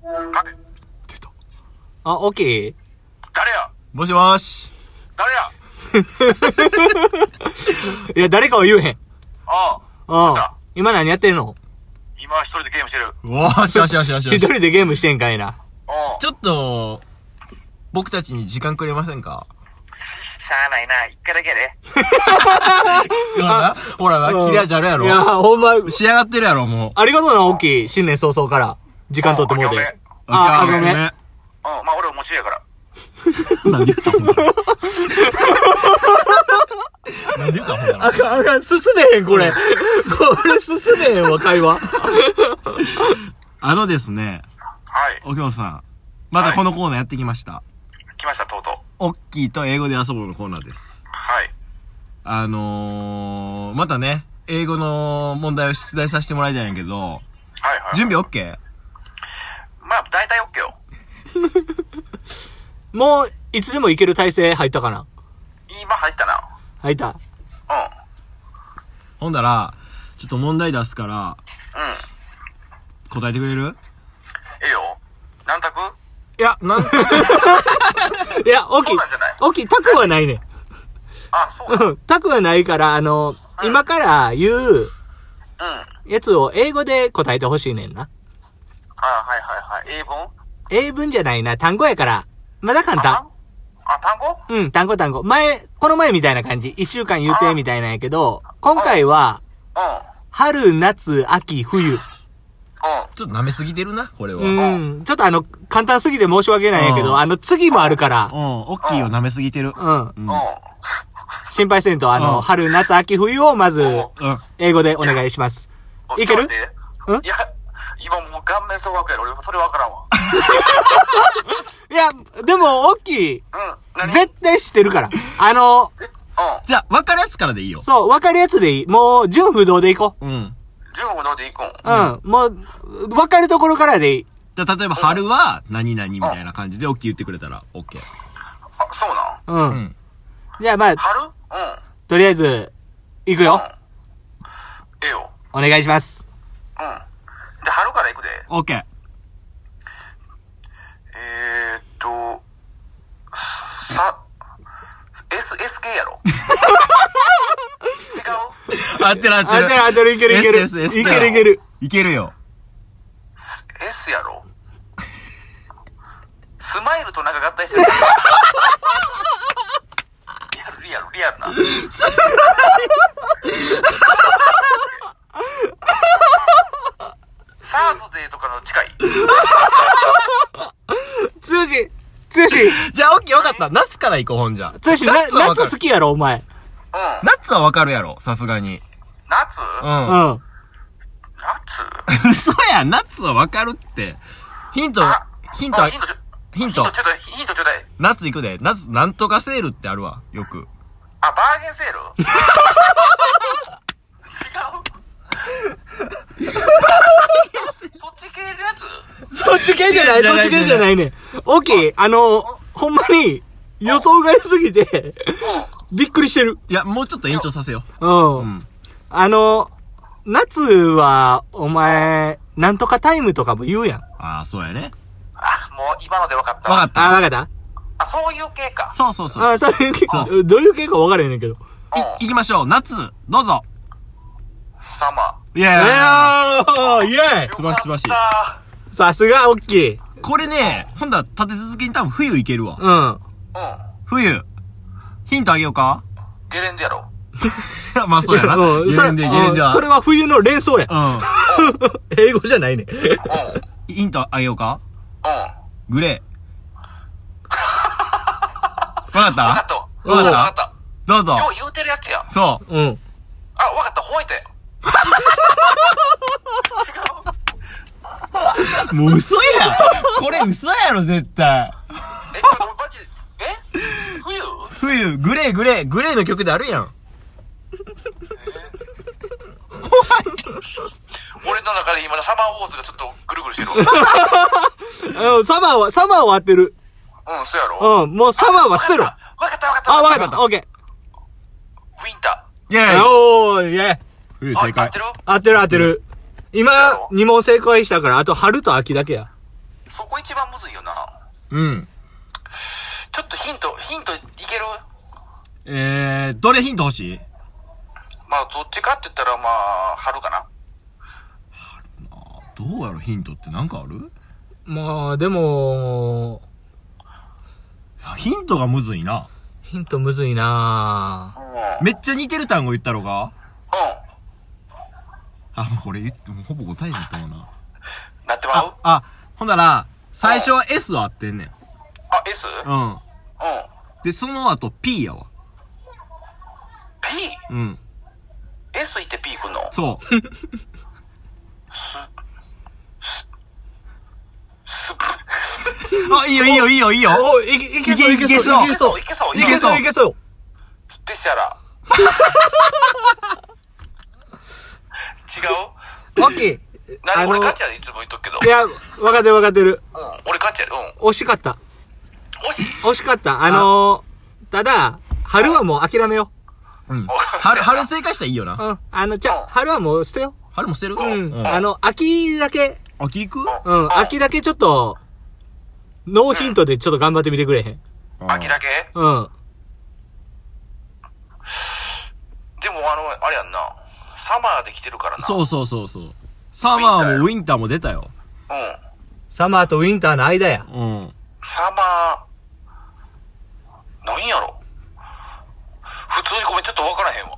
S1: う。出た
S2: あ、オッケー
S4: 誰や
S2: もしもし。
S4: 誰や
S2: いや、誰かは言えへん。
S4: ああ、
S2: うん
S4: だ。
S2: 今何やってんの
S4: 今一人でゲームしてる。
S1: わーしよしよしよしよ
S2: 一
S1: し。
S2: 人でゲームしてんかいな。
S4: お
S1: ちょっと、僕たちに時間くれませんか
S4: しゃあないな、一回だけやで。
S1: ほらな、ほらな、切れ味あるや
S2: いや
S1: ろ。
S2: ー、ほんま、
S1: 仕上がってるやろ、も
S2: ありがとうな、オッケー。新年早々から。時間取ってもう
S4: うん
S2: て。あ、あごめん。
S4: うん、まあ俺も持ちやから。
S1: ごめん。何言ったほんなら何言ったほんなら
S2: あかん、あかん、進めへん、こ れ。これ進めへんわ、会話。
S1: あのですね、
S4: はい、
S1: おきょさん。またこのコーナーやってきました。
S4: 来ました、とうとう。
S1: オッキーと英語で遊ぼうのコーナーです。
S4: はい。
S1: あのー、またね、英語の問題を出題させてもらいたいんやけど、
S4: はいはい。
S1: 準備オッケー
S4: まあ大体 OK よ。
S2: もう、いつでもいける体勢入ったかな
S4: 今入ったな。
S2: 入った。
S4: う
S1: ほんだら、ちょっと問題出すから、
S4: ん。うん。
S1: 答えてくれる
S4: ええよ。何択
S1: いや、なん
S2: いや、オッキー
S4: そうなんじゃない、
S2: オッキー、タクはないねん。
S4: あ、そう
S2: うんタクはないから、あの、
S4: ん
S2: 今から言う
S4: だ。うん。
S2: やつを英語で答えてほしいねんな。
S4: あはいはいはい。英文
S2: 英文じゃないな、単語やから。まだ簡単。
S4: あ、単語
S2: うん、単語単語。前、この前みたいな感じ。一週間言ってみたいなんやけど、今回は、
S4: う
S2: 春、夏、秋、冬。
S4: ん。うん。
S1: ちょっと舐めすぎてるな、これは。
S2: う
S1: うん。
S2: ん。ちょっとあの、簡単すぎて申し訳ないんやけ
S1: うん
S2: ど、あの、次もあるから、
S1: オッキーを舐めすぎてる。
S2: う。ん。
S1: うん。
S4: う
S2: 心配せんと、あ
S1: うん
S2: の、春、夏、秋、冬をまず、英語でお願いします。
S4: ん。
S2: いける
S4: ちょっと待っていや、今もう顔面蒼白やろ。俺、それわからんわ。
S2: いや、でも、大きい。
S4: うん。何
S2: 絶対知ってるから。あの、
S4: えうん。
S1: じゃあ、分かるやつからでいいよ。
S2: そう、わかるやつでいい。もう、純不動でいこう。
S1: うん。
S4: 中国どうで行くん
S2: うん。もう、わかるところからでいい。
S1: じゃあ、例えば、春は、何々みたいな感じで、オッキー言ってくれたら、オッケー。
S4: あ、そうなん。
S2: うん。
S1: ん
S2: じゃあ、まあ、
S4: 春うん。
S2: とりあえず、いくよ。
S4: ええよ。
S2: お願いします。
S4: うん。じゃあ、春から行くで。
S1: オッケー。
S4: えーっと、さ、S、SK やろ 違う
S1: 合ってる合って
S2: あ
S1: る。
S2: てるあてる、いけるいける。
S1: S S S
S2: いけるいける。
S1: いけるよ。
S4: ?S やろスマイルとなんか合体してる。リアル、リアル、リアルな。サーズデーとかの近い。
S2: つよし、つよし、
S1: じゃあ、オッケー分かった。夏から行こう、ほんじゃ。
S2: つよし、な
S1: 夏は分か
S2: 夏好
S1: る。
S2: きやろ、お前。
S4: うん。
S1: 夏は分かるやろ、さすがに。
S4: 夏
S2: う
S1: う
S2: ん。あ
S4: 夏
S1: ん。嘘や、夏は分かるって。ヒント
S4: あ、
S1: ヒント
S4: あ、ヒントちょ、
S1: ヒン
S4: ヒン
S1: ト
S4: ト、ちょうだい、ヒントちょうだい。
S1: 夏行くで。夏、なんとかセールってあるわ、よく。
S4: あ、バーゲンセール違うそっち系のやつ
S2: そっち系じゃない、
S1: じゃ
S2: そっ
S1: ない
S2: ち系じゃないね。オッケー、あの、ほんまに、予想外すぎて、 びっくりしてる。
S1: いや、もうちょっと延長させよう。
S2: う
S1: うんん。
S2: あの、夏は、お前、なんとかタイムとかも言うやん。
S1: ああ、そうやね。
S4: あ、もう今ので分かった。
S1: 分かっ
S2: あ、
S1: た。
S2: わかった
S4: あ、そういう系か。
S1: そうそうそう。
S2: あ、そういう結
S1: そ
S2: どういう結果わからへんねんけど。
S4: うん。
S1: い、行きましょう。夏、どうぞ。
S4: サマ
S1: いや
S2: え
S1: いや
S2: ー、イェイ
S4: ー。
S1: 素晴らしい素晴らしい
S4: よかっ
S2: さすが、オッキー。
S1: これね、ほんだら立て続けに多分冬行けるわ。
S2: うん。
S4: た
S1: 冬。ヒントあげようか
S4: うん。ゲレンデやろ。
S1: まあそうやな。
S2: うん
S1: ゲ
S2: さ
S1: レンデ、ゲレンデ
S2: うんそれ
S1: は。
S2: は冬の連想 や。英語じゃないねん。
S4: うん。うん。
S1: うん。ヒントあげようかグレ ー。わかっ
S4: 分かったた。
S1: 分かった
S4: 分かった。
S1: どうぞ。
S4: よう言うてるやつや。
S1: そう。
S2: うん。
S4: あ、分かった、ホワイトや。
S1: もう嘘やこれ嘘やろ、絶対。
S4: え、これマジで、え冬
S1: 冬、グレーグレー、グレーの曲であるやん。
S4: 俺の中で今のサマーウォーズがちょっとぐるぐるしてるわ。
S2: うん、サマーは、サマーは合ってる。
S4: うん、そうやろ。
S2: うん、もうサマーは捨てろ。
S4: わかったわかった。
S2: あ、わかった。オッケ
S4: ウィンタ
S1: イェ
S2: ー。
S1: ーイ
S2: おー、イェイ。
S1: 冬
S4: ー。あ
S1: 正
S4: 合
S1: 解
S4: って。る
S2: 合ってる合ってる。今
S4: ろ、
S2: 2問正解したから、あと春と秋だけや。
S4: そこ一番むずいよな。
S1: うん。
S4: ちょっとヒント、ヒントいける
S1: えー、どれヒント欲しい
S4: まあ、どっちかって言ったら、まあ、春かな。
S1: どうやろヒントってなんかある
S2: まあ、でも、
S1: ヒントがむずいな。
S2: ヒントむずいな
S4: うん。
S1: めっちゃ似てる単語言ったろか
S4: う
S1: あ、もうこれ言ってもほぼ答えだったもんな。
S4: ん。なってまう
S1: あ、ほんなら、最初は S は合ってんねん。
S4: あ、S? うん。
S1: うん。で、その後 P やわ。
S4: P?
S1: うん。
S4: S 行って P 来んの
S1: そう。
S4: す、
S1: あ、いいよいいよいいよいいよ
S2: ぁ。。おい、いけ、いけそう、い
S1: いけ
S2: けそう、いけそう。
S4: いけそう、い
S2: い
S4: け
S2: け
S4: そう。
S2: そう、いけそう。
S4: スペシ ャラ。違う
S2: オッケー。
S4: なんで俺ガチ
S2: い
S4: やでいつも言っとくけど。
S2: や、わかってるわかってる。
S4: うん俺ガチやで。うん。
S2: 惜しかった。
S4: もし、
S2: 惜しかった。あのー、ただ、春はもう諦めよ
S1: うん。春、春正解したらいいよ
S2: う。
S1: な。
S2: うん。あの、じゃあ、春はもう捨てよ
S1: 春もしてる
S2: う。う。
S1: うんん。
S2: あの、秋だけ、
S1: 秋行く
S2: うん、秋だけちょっと、ノーヒントでちょっと頑張ってみてくれへん。
S4: 秋だけ
S2: うん。
S4: でも、あの、あれやんな。サマーで来てるからな。
S1: そうそうそうそう。サマーもウィンターも出たよ。
S4: うん。
S2: サマーとウィンターの間や。
S1: うん。
S4: サマー、なんやろ普通にごめん、ちょっとわからへんわ。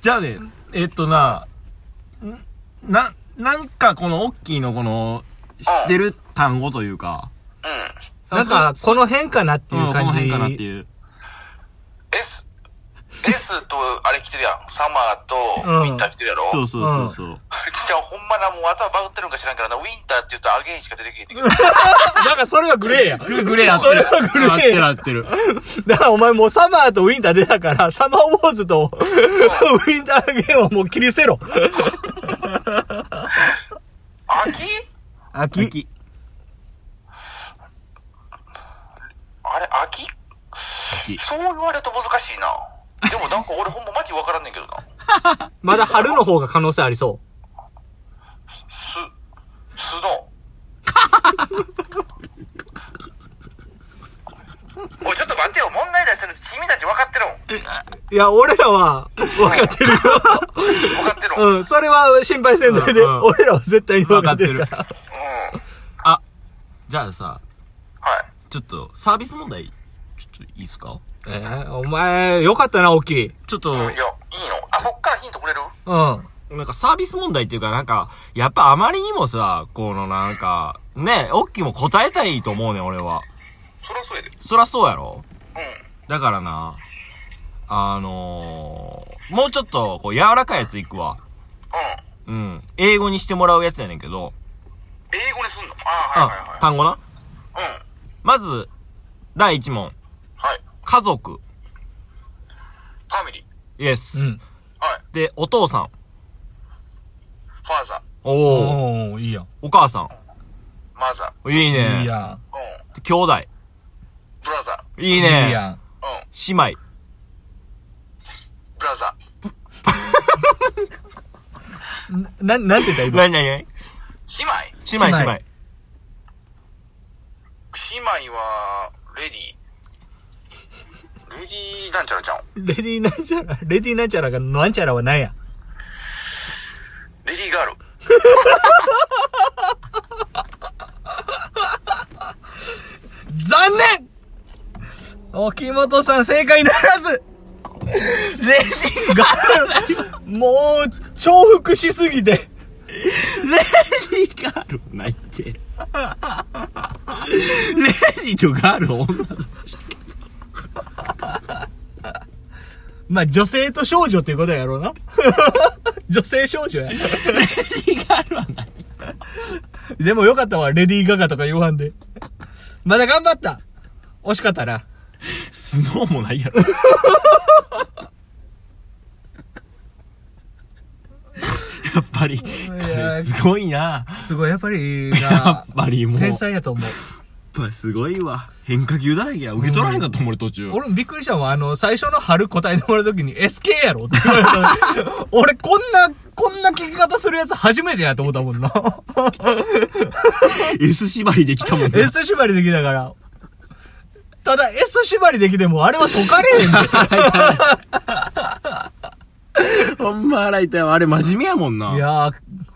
S1: じゃあね、えっとな、んな、なんかこのオッキーのこの、知ってる単語というか、
S4: う
S2: なんか、この辺かなって
S1: う
S2: い
S1: ん、
S2: う
S1: この
S2: 感
S1: 辺
S2: じ。
S1: かなっていう。
S4: ん。S、S と、あれ来てるやん。サマーと、
S2: うん
S4: ウィンター来てるやろ、
S1: そうそうそうそう。
S4: じゃあ、ほんまな、もう頭バグってるんか知らんからな。ウィンターって言うとアゲインしか出てけへんねんけど。
S2: なんかそれはグレーや。
S1: グレー合って
S2: それはグレ
S1: る。
S2: ー
S1: 合ってる合ってる。
S2: だからお前もうサマーとウィンター出たから、サマーウォーズとウィンターゲームをもう切り捨てろ。
S4: 秋
S2: 秋。
S1: 秋。
S4: あれ、秋
S1: 秋。
S4: そう言われると難しいな。でもなんか俺ほんまマジわからんねんけどな。
S2: まだ春の方が可能性ありそ
S4: す、すの。 おい、ちょっと待ってよ。問題出してるの君たち分かってるも
S2: う。いや、俺らは、分かってるよ。
S4: ん。分かってるもん。うん。
S2: うん、それは心配せんといて、
S1: うんうん
S2: 俺らは絶対に分かってる
S1: 分
S2: から。
S4: はい。
S1: あ、じゃあさ、ちょっと、サービス問題、ちょっといいっすか
S2: えーお前、よかったな、大きい。
S1: ちょっと、
S4: いや、いいのあ、そっからヒントくれる
S2: うん。
S1: なんかサービス問題っていうか、なんか、やっぱあまりにもさ、このなんか、ね、オッキーも答えたいと思うねん、俺は。
S4: そりゃそうやで。
S1: そらそうやろ
S4: う
S1: だからな、あのー、もうちょっと、こう、柔らかいやついくわ。
S4: ん。
S1: うん。英語にしてもらうやつやねんけど、
S4: うん。英語にすんのああ、はい
S1: あ、単語な。
S4: はいはい。うん。
S1: まず、第1問。
S4: はい。
S1: 家族。
S4: ファミリー。
S1: イエス。
S2: うん。
S4: はい。
S1: で、お父さん。
S4: ファーザ
S1: おお。
S2: おー、いいやん。
S1: お母さん。
S4: ー、マザー。
S1: いいね。
S2: いいやん。
S4: うん。
S1: 兄弟。
S4: ブラザ
S1: いい
S2: いい
S1: ね。
S2: やん。
S4: ー。うん。
S1: 姉妹。
S4: ブラザー。
S2: な、なんて言った今。
S1: なになになに
S4: 姉妹
S1: 姉妹、
S2: 姉
S1: 姉
S2: 妹
S1: 妹。
S4: 姉妹は、レディー。レディーなんちゃらちゃん。
S2: レディーなんちゃら、レディーなんちゃらが、なんちゃらはなんや。
S4: レディーガール。
S2: 残念沖本さん正解ならずレディガールもう、重複しすぎて。レ
S1: レディーガールないって。レデ ィとガール女
S2: まあ、女性と少女っていうことやろうな。 女性少女や。レディガールはない。でもよかったわ、レディーガガとか言わんで。まだ頑張った惜しかったな。
S1: スノーもないやろ。 やっぱり、彼すごいな。
S2: すごい、やっぱり
S1: や
S2: な
S1: っ、ぱりもう。
S2: 天
S1: やっ
S2: 才やと思う。
S1: ぱりすごいわ。変化球だらけや。受け取らへんかったもん、俺途中。
S2: 俺もびっくりしたもん。あの、最初の春答えてもらうときに SK やろって言われた。 俺こんな、こんな聞き方するやつ初めてやと思ったもんな。
S1: S 縛りできたもんね。
S2: S 縛りできたから。ただ S 縛りできてもあれは解かれへ んで。
S1: ほんま洗いたいわ。あれ真面目やもんな。
S2: いやー、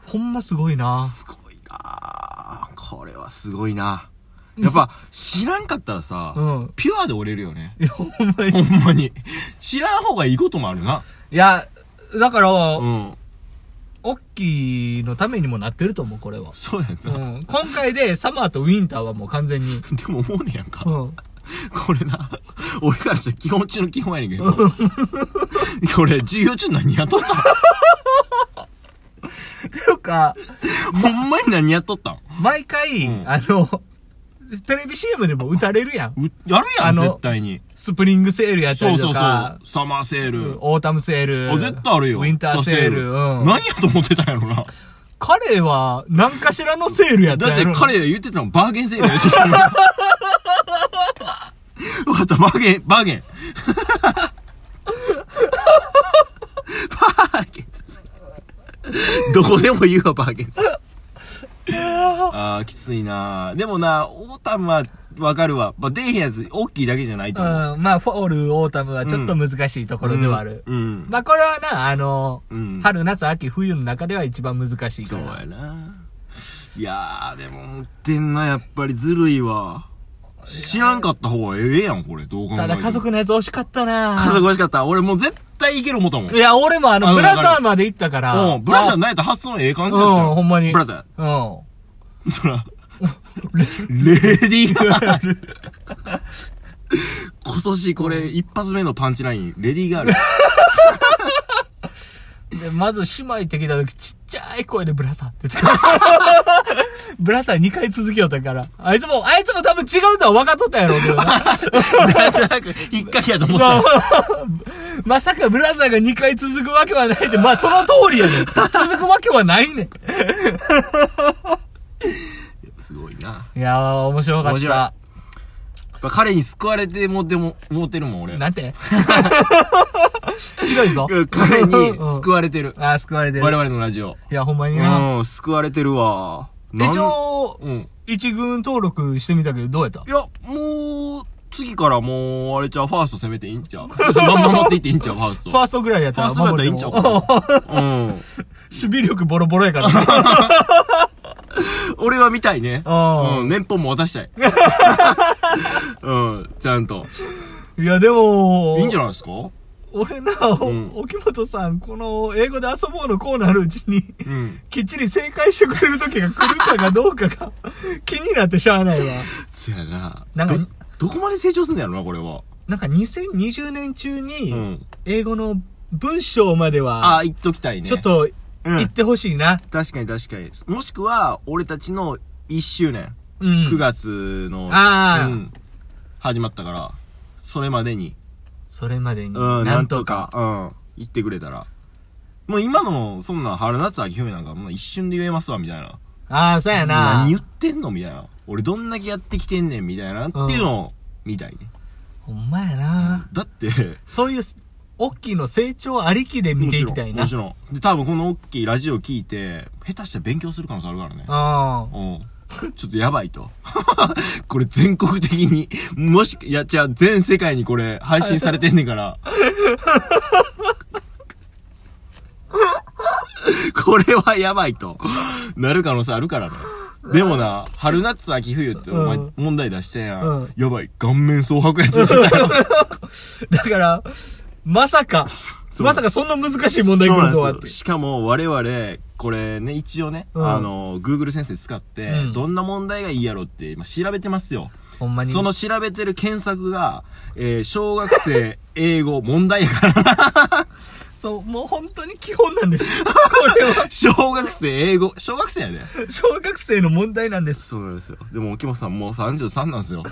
S2: ほんますごいな。
S1: すごいなこれはすごいなやっぱ、知らんかったらさ、
S2: うん
S1: ピュアで折れるよね。
S2: いや、ほんまに。
S1: ほんまに。知らん方がいいこともあるな。
S2: いや、だから、
S1: うん。
S2: オッキーのためにもなってると思う、これは。
S1: そうや
S2: う
S1: な。
S2: ん。今回でサマーとウィンターはもう完全に。
S1: でも思うねやんか。
S2: うん。
S1: これな、俺からしたら基本中の基本やねんけど。これ、授業中何やっとった
S2: ていうか、
S1: んほんまに何やっとったん
S2: 毎回、
S1: うん
S2: あの、テレビ CM でも打たれるやん。
S1: うやるや
S2: あ
S1: ん、
S2: の
S1: 絶対に。
S2: スプリングセールやった
S1: そう
S2: り
S1: そ
S2: と
S1: うそう。
S2: か
S1: サ、マーセール。
S2: オータムセール。
S1: あ、絶対あるよ。
S2: ウィンターセール。うん。
S1: 何やと思ってたんやろな。
S2: 彼は、何かしらのセールやった
S1: だっ
S2: や
S1: て
S2: ろ。
S1: 彼言ってたのバーゲンセールやってたの。 わかった、バーゲン、バーゲン。バーゲンセール。どこでも言うわ、バーゲンセール。あー、きついなでもな、オータムはわかるわ。まあ、出えへんやつ、大きいだけじゃないと思う。
S2: うん。まあ、フォール、オータムはちょっと難しいところではある。
S1: うん。
S2: まあ、これはな、あの、
S1: うん
S2: 春、夏、秋、冬の中では一番難しいか
S1: そう
S2: ら。
S1: やな。いやー、でも持ってんな、やっぱりずるいわ。知らんかった方がええやん、これ。どう考えて
S2: た
S1: も
S2: だ家族のやつ惜しかったな
S1: 家族欲しかった。俺もう絶対いける思ったもん。
S2: いや、俺もあ
S1: あ
S2: の、
S1: の
S2: ブラザーまで行ったから。
S1: うん、ブラザーないと発想ええ感じだった
S2: う
S1: よ
S2: ん、ほんまに。
S1: ブラザ
S2: ー。
S1: ー。そら、 レディーガール。 今年これ一発目のパンチライン、レディー ガール。
S2: うん。で、まず姉妹って聞いた時、ちっちゃい声でブラザーって言 ってた。ブラザー2回続きよったから。あいつも、あいつも多分違うとは分かっとったやろうけど な。
S1: なんとなく、引っかきやと思ったよ。
S2: まさかブラザーが2回続くわけはないって、まあその通りやねん。続くわけはないねん。
S1: すごいな。
S2: いやー、面白か
S1: 面
S2: っ
S1: 白い
S2: た。
S1: やっぱ彼に救われてもでも、思ってるもん、俺。
S2: な んてひどいぞ。
S1: 彼に救
S2: わ
S1: われてる。
S2: あー、救われてる。
S1: 我々のラジオ。
S2: いや、ほんまにな。
S1: うん、救われてるわ。なん
S2: 一、応、
S1: うん。
S2: 一軍登録してみたけど、どうやった
S1: いや、もう、次からもう、あれちゃう、ファースト攻めていいんちゃう まんま持っていっていいんちゃう、ファースト。
S2: ファーストぐらいやっ
S1: フ
S2: た
S1: ァ
S2: ら
S1: ーストだったらいいんちゃうかうん。
S2: 守備力ボロボロやからね。
S1: 俺は見たいね。
S2: うん
S1: うん。年俸も渡した い。うん、ちゃんと。
S2: いや、でも、
S1: いいんじゃないですか
S2: 俺な、
S1: ん
S2: お沖本さん、この英語で遊ぼうのコーナーのうちに、
S1: うん。
S2: きっちり正解してくれる時が来るかがどうかが 気になってしゃあないわ。
S1: そやな。
S2: なんか
S1: ど、どこまで成長すんのやろな、これは。
S2: なんか2020年中
S1: う
S2: に、
S1: ん。
S2: 英語の文章まで
S1: あ
S2: は、
S1: あ、言っときたいね。
S2: ちょっ。と、
S1: うん
S2: 言ってほしいな。
S1: 確かに確かに。もしくは、俺たちの1周年。
S2: うん。
S1: 9月の、
S2: あー
S1: うん、始まったから、それまでに、
S2: それまでに、
S1: うん、
S2: な
S1: なんん
S2: と
S1: と
S2: か
S1: か、。うん、言ってくれたら。もう今の、そんな春夏秋冬なんか、もう一瞬で言えますわ、みたいな。
S2: ああ、そうやな。
S1: 何言ってんのみたいな。俺どんだけやってきてんねん、みたいな。っていうのを、みたいね。
S2: ほんまやな。
S1: だって、
S2: そういう、大きいの成長ありきで見ていきたいな。
S1: もちろん。もちろんで、多分この大きいラジオ聞いて、下手したら勉強する可能性あるからね。
S2: うん。
S1: うん。ちょっとやばいと。 これ全国的に、もし、いや、じゃあ全世界にこれ配信されてんねんから。 これはやばいと。なる可能性あるからね。でもな、春夏秋冬ってお前
S2: うん
S1: 問題出してんやん。
S2: うん
S1: やばい、顔面蒼白やつして たよ。
S2: だから、まさか、
S1: そう
S2: まさかそんな難しい問題来るとは
S1: そうなん
S2: っ
S1: で
S2: て
S1: す。よしかも我々、これね、一応ね、
S2: うん
S1: あの、Google 先生使って、
S2: うん
S1: どんな問題がいいやろって今調べてますよ。
S2: ほんまに。
S1: その調べてる検索が、えー小学生 英語問題やからな。
S2: そう、もう本当に基本なんです。これは、
S1: 小学生英語、小学生やで。
S2: 小学生の問題なんで す。
S1: そうなんですよ。でも、沖本さんもう33なんですよ。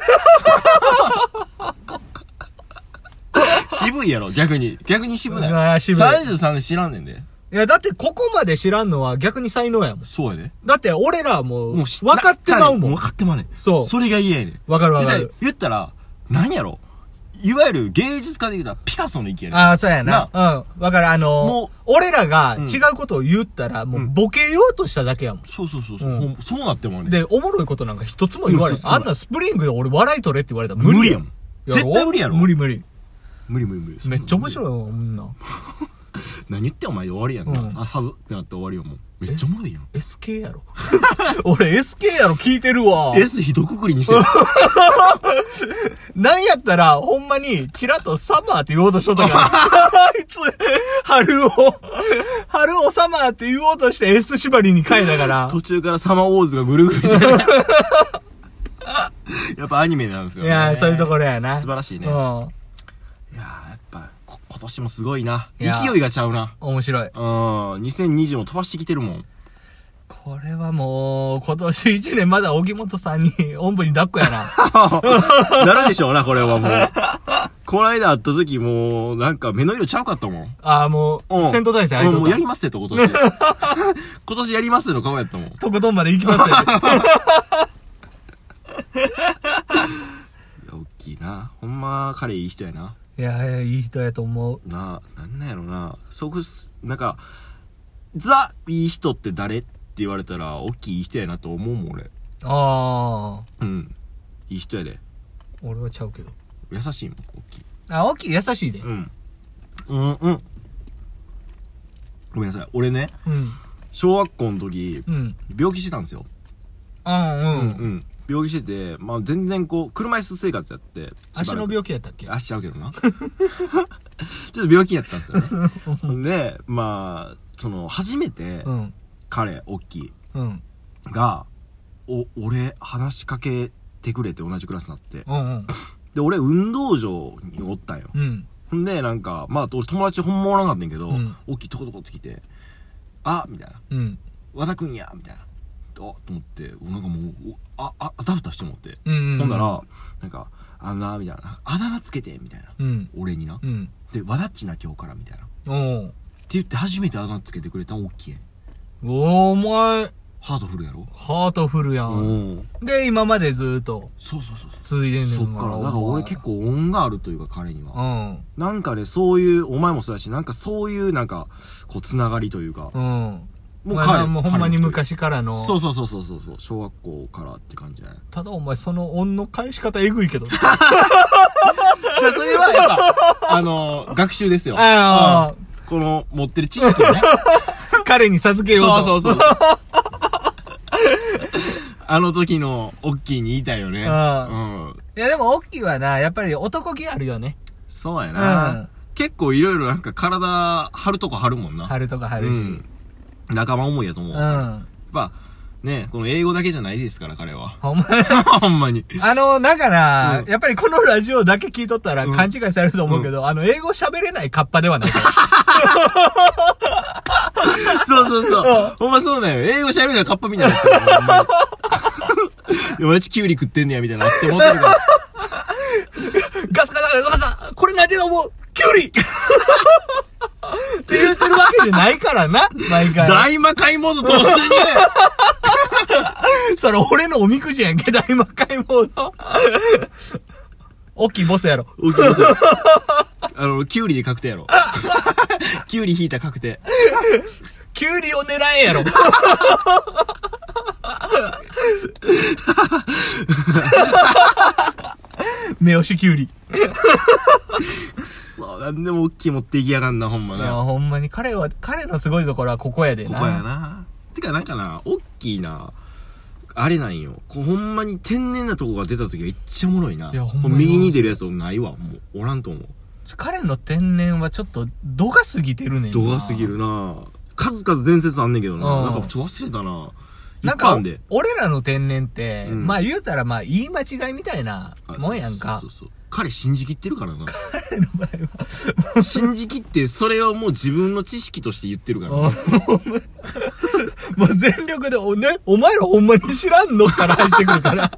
S1: 渋いやろ、逆に。逆に渋ないう
S2: わー渋い
S1: 33で知らんねんで。
S2: いや、だってここまで知らんのは逆に才能やもん。
S1: そうやで。
S2: だって俺らはもう、
S1: もう
S2: 分
S1: 知
S2: かってまうもん
S1: 分。かってまうねん。
S2: そう
S1: それが嫌やねん。
S2: わかるわかる
S1: だ言ったら、何やろいわゆる芸術家で言うたらピカソの意見やねん。
S2: ああ、そうやな。うん。わかる。あの
S1: も
S2: ー、俺らが
S1: うん
S2: 違うことを言ったら、もううんボケようとしただけやもん。
S1: そうそうそうそう。
S2: うん
S1: もうそうなってもうねん。
S2: で、おもろいことなんか一つも言われない。
S1: そうそうそう
S2: あんなスプリングで俺笑い取れって言われたら
S1: 無理
S2: や
S1: やもん。絶対無理やろ。
S2: 無理無理。
S1: 無理無理無理。
S2: めっちゃ面
S1: い。
S2: 白いよ、こんなん。
S1: 何言ってんお前で終わりやんな。
S2: うん
S1: あ、サブってなって終わりやもん。めっちゃおもろいやん。
S2: SK やろ。 俺 SK やろ聞いてるわ。
S1: S ひどくくりにしてる。
S2: なんやったら、ほんまに、チラッとサマーって言おうとしとっ たから。あいつ、春を、春をサマーって言おうとして S 縛りに変えたから。
S1: 途中からサマーウォーズがぐるぐるしてる。 やっぱアニメなんですよ、
S2: い
S1: ね。
S2: やー、そういうところやな。
S1: 素晴らしいね。
S2: う
S1: いや
S2: ん。
S1: ーやっぱ、こ今年もすごいな。
S2: いやー
S1: 勢いがちゃうな。
S2: 面白い。
S1: うん、2020も飛ばしてきてる もん。
S2: これはもう、今年一年まだ沖本さんに、おんぶに抱っこや な。
S1: なるでしょうな、これはもう。この間会った時もう、なんか目の色ちゃうかったもん。
S2: ああ、も
S1: う
S2: う、
S1: ん
S2: 戦闘態勢あ
S1: う
S2: り
S1: ん
S2: と
S1: も
S2: っ
S1: う
S2: た
S1: やりますって今年。 今年やりますの顔やったもん。
S2: とことんまで行きますよ。
S1: いや、大きいな。ほんま、彼いい人やな。
S2: いやー、いい人やと思う。
S1: なあ、なんなんやろな。そこす、なんか、ザ、いい人って誰って言われたら、大きいいい人やなと思うもん、俺。
S2: ああ、
S1: うん。いい人やで。
S2: 俺はちゃうけど。
S1: 優しいもん、大きい。
S2: あ、大きい優しいで。
S1: うん。うん、うん。ごめんなさい。俺ね、
S2: うん。
S1: 小学校の時、
S2: うん。
S1: 病気してたんですよ。
S2: うん、う。
S1: うんん。病気してて、まあ全然こう、車椅子生活やって、
S2: 足の
S1: 気
S2: 病気やったっけ
S1: 足ちゃうけどな。 ちょっと病気やったんですよ ね。で、まあ、その、初めて、
S2: うん。
S1: 彼、大きい。
S2: うん。
S1: が、お、俺、話しかけてくれて同じクラスになって。
S2: うんうん。
S1: で、俺、運動場におったんよ。
S2: うん。
S1: ほんで、なんか、まあ、俺友達ほんまおらんかったんやけど、
S2: うん
S1: 大きいとことこって来て、あみたいな。
S2: うん。
S1: 和田くんやみたいな。あと思って、なんかもう、おあ、あ、あたふたしてもって。
S2: うん。
S1: ほんなら、なんか、あのな、みたいな。あだ名つけて、みたいな。
S2: うん。
S1: 俺にな
S2: う。ん。
S1: で、和田っちな、今日から、みたいな。って
S2: おう
S1: 言って、初めてあだ名つけてくれたん、大きい。
S2: お前、
S1: ハートフルやろ
S2: ハートフルやん。
S1: ん。
S2: で、今までずーっと
S1: そうそうそうそう。
S2: 続いてんねん
S1: そっから、だから俺結。構恩があるというか彼に
S2: お
S1: は。
S2: 前
S1: なんかね、そういう、お前もそうだし、なんかそういう、なんか、こう、つながりというか
S2: う、ん。うん。
S1: もう
S2: お前
S1: 彼、
S2: はもうほんまに
S1: 彼の一人。
S2: 昔からの。
S1: そうそうそうそうそうそう、小学校からって感じじゃない
S2: ただお前その恩の返し方えぐい けど。
S1: じゃあそれはやっぱ、あのー、学習ですよ。
S2: あ
S1: うんこの、持ってる知識をね。
S2: あ、彼に授けようと。
S1: そうそ
S2: う
S1: うそう。あの時の、オッキーに言いたいよね。
S2: うん
S1: うん。
S2: いやでも、オッキーはな、やっぱり男気あるよね。
S1: そうや
S2: うん
S1: な。結構いろいろなんか体、張るとこ張るもんな。
S2: 春とか春し。うん。
S1: うん、仲間思いやと思う、やっぱねこの英語だけじゃないですから彼は
S2: ほんま
S1: ほんまに
S2: あの、だから、
S1: うん
S2: やっぱりこのラジオだけ聞いとったら
S1: うん
S2: 勘違いされると思うけど、あの、英語喋れないカッパではない。
S1: そうそうそうほんまそうだよ英語喋るのはカッパみたいなやつだよほんまに いやマジキュウリ食ってんねやみたいなって思ってるから
S2: ガスガサガサガサこれ何で思うキュウ リって言ってるわけじゃないからな、毎回。
S1: 大魔界モード突入
S2: それ俺のおみくじやんけ、大魔界モード。大きいボスやろ。
S1: 大きいですよあのキュウリで確定 やろキュウリ引いた確定
S2: キュウリを狙えやろ。 目押しキュウリ。
S1: そうなんでも大きい持っていきやがんなほんま
S2: いや、
S1: な
S2: ほんまに彼は、彼のすごいところはここやで
S1: こ
S2: な。
S1: こやなてかなんかな大きいなあれなんよこうほんまに天然なとこが出た時がいっちゃおもろいない
S2: やほんまに
S1: 右に出るやつもないわもうおらんと思う
S2: 彼の天然はちょっと、度が過ぎてるねんな。
S1: 度が過ぎるな数々伝説あんねんけどな
S2: うん
S1: なんかちょっと忘れたな
S2: な
S1: いっ
S2: ん
S1: ぱいあ
S2: か
S1: んで、
S2: 俺らの天然って、
S1: うん
S2: まあ言うたらまあ言い間違いみたいな
S1: あ
S2: もんやんか
S1: そう。そうそうそう彼信じきってるからな信じきってそれをもう自分の知識として言って るからな
S2: もう全力で、おね、お前らほんまに知らんの から入ってくるから。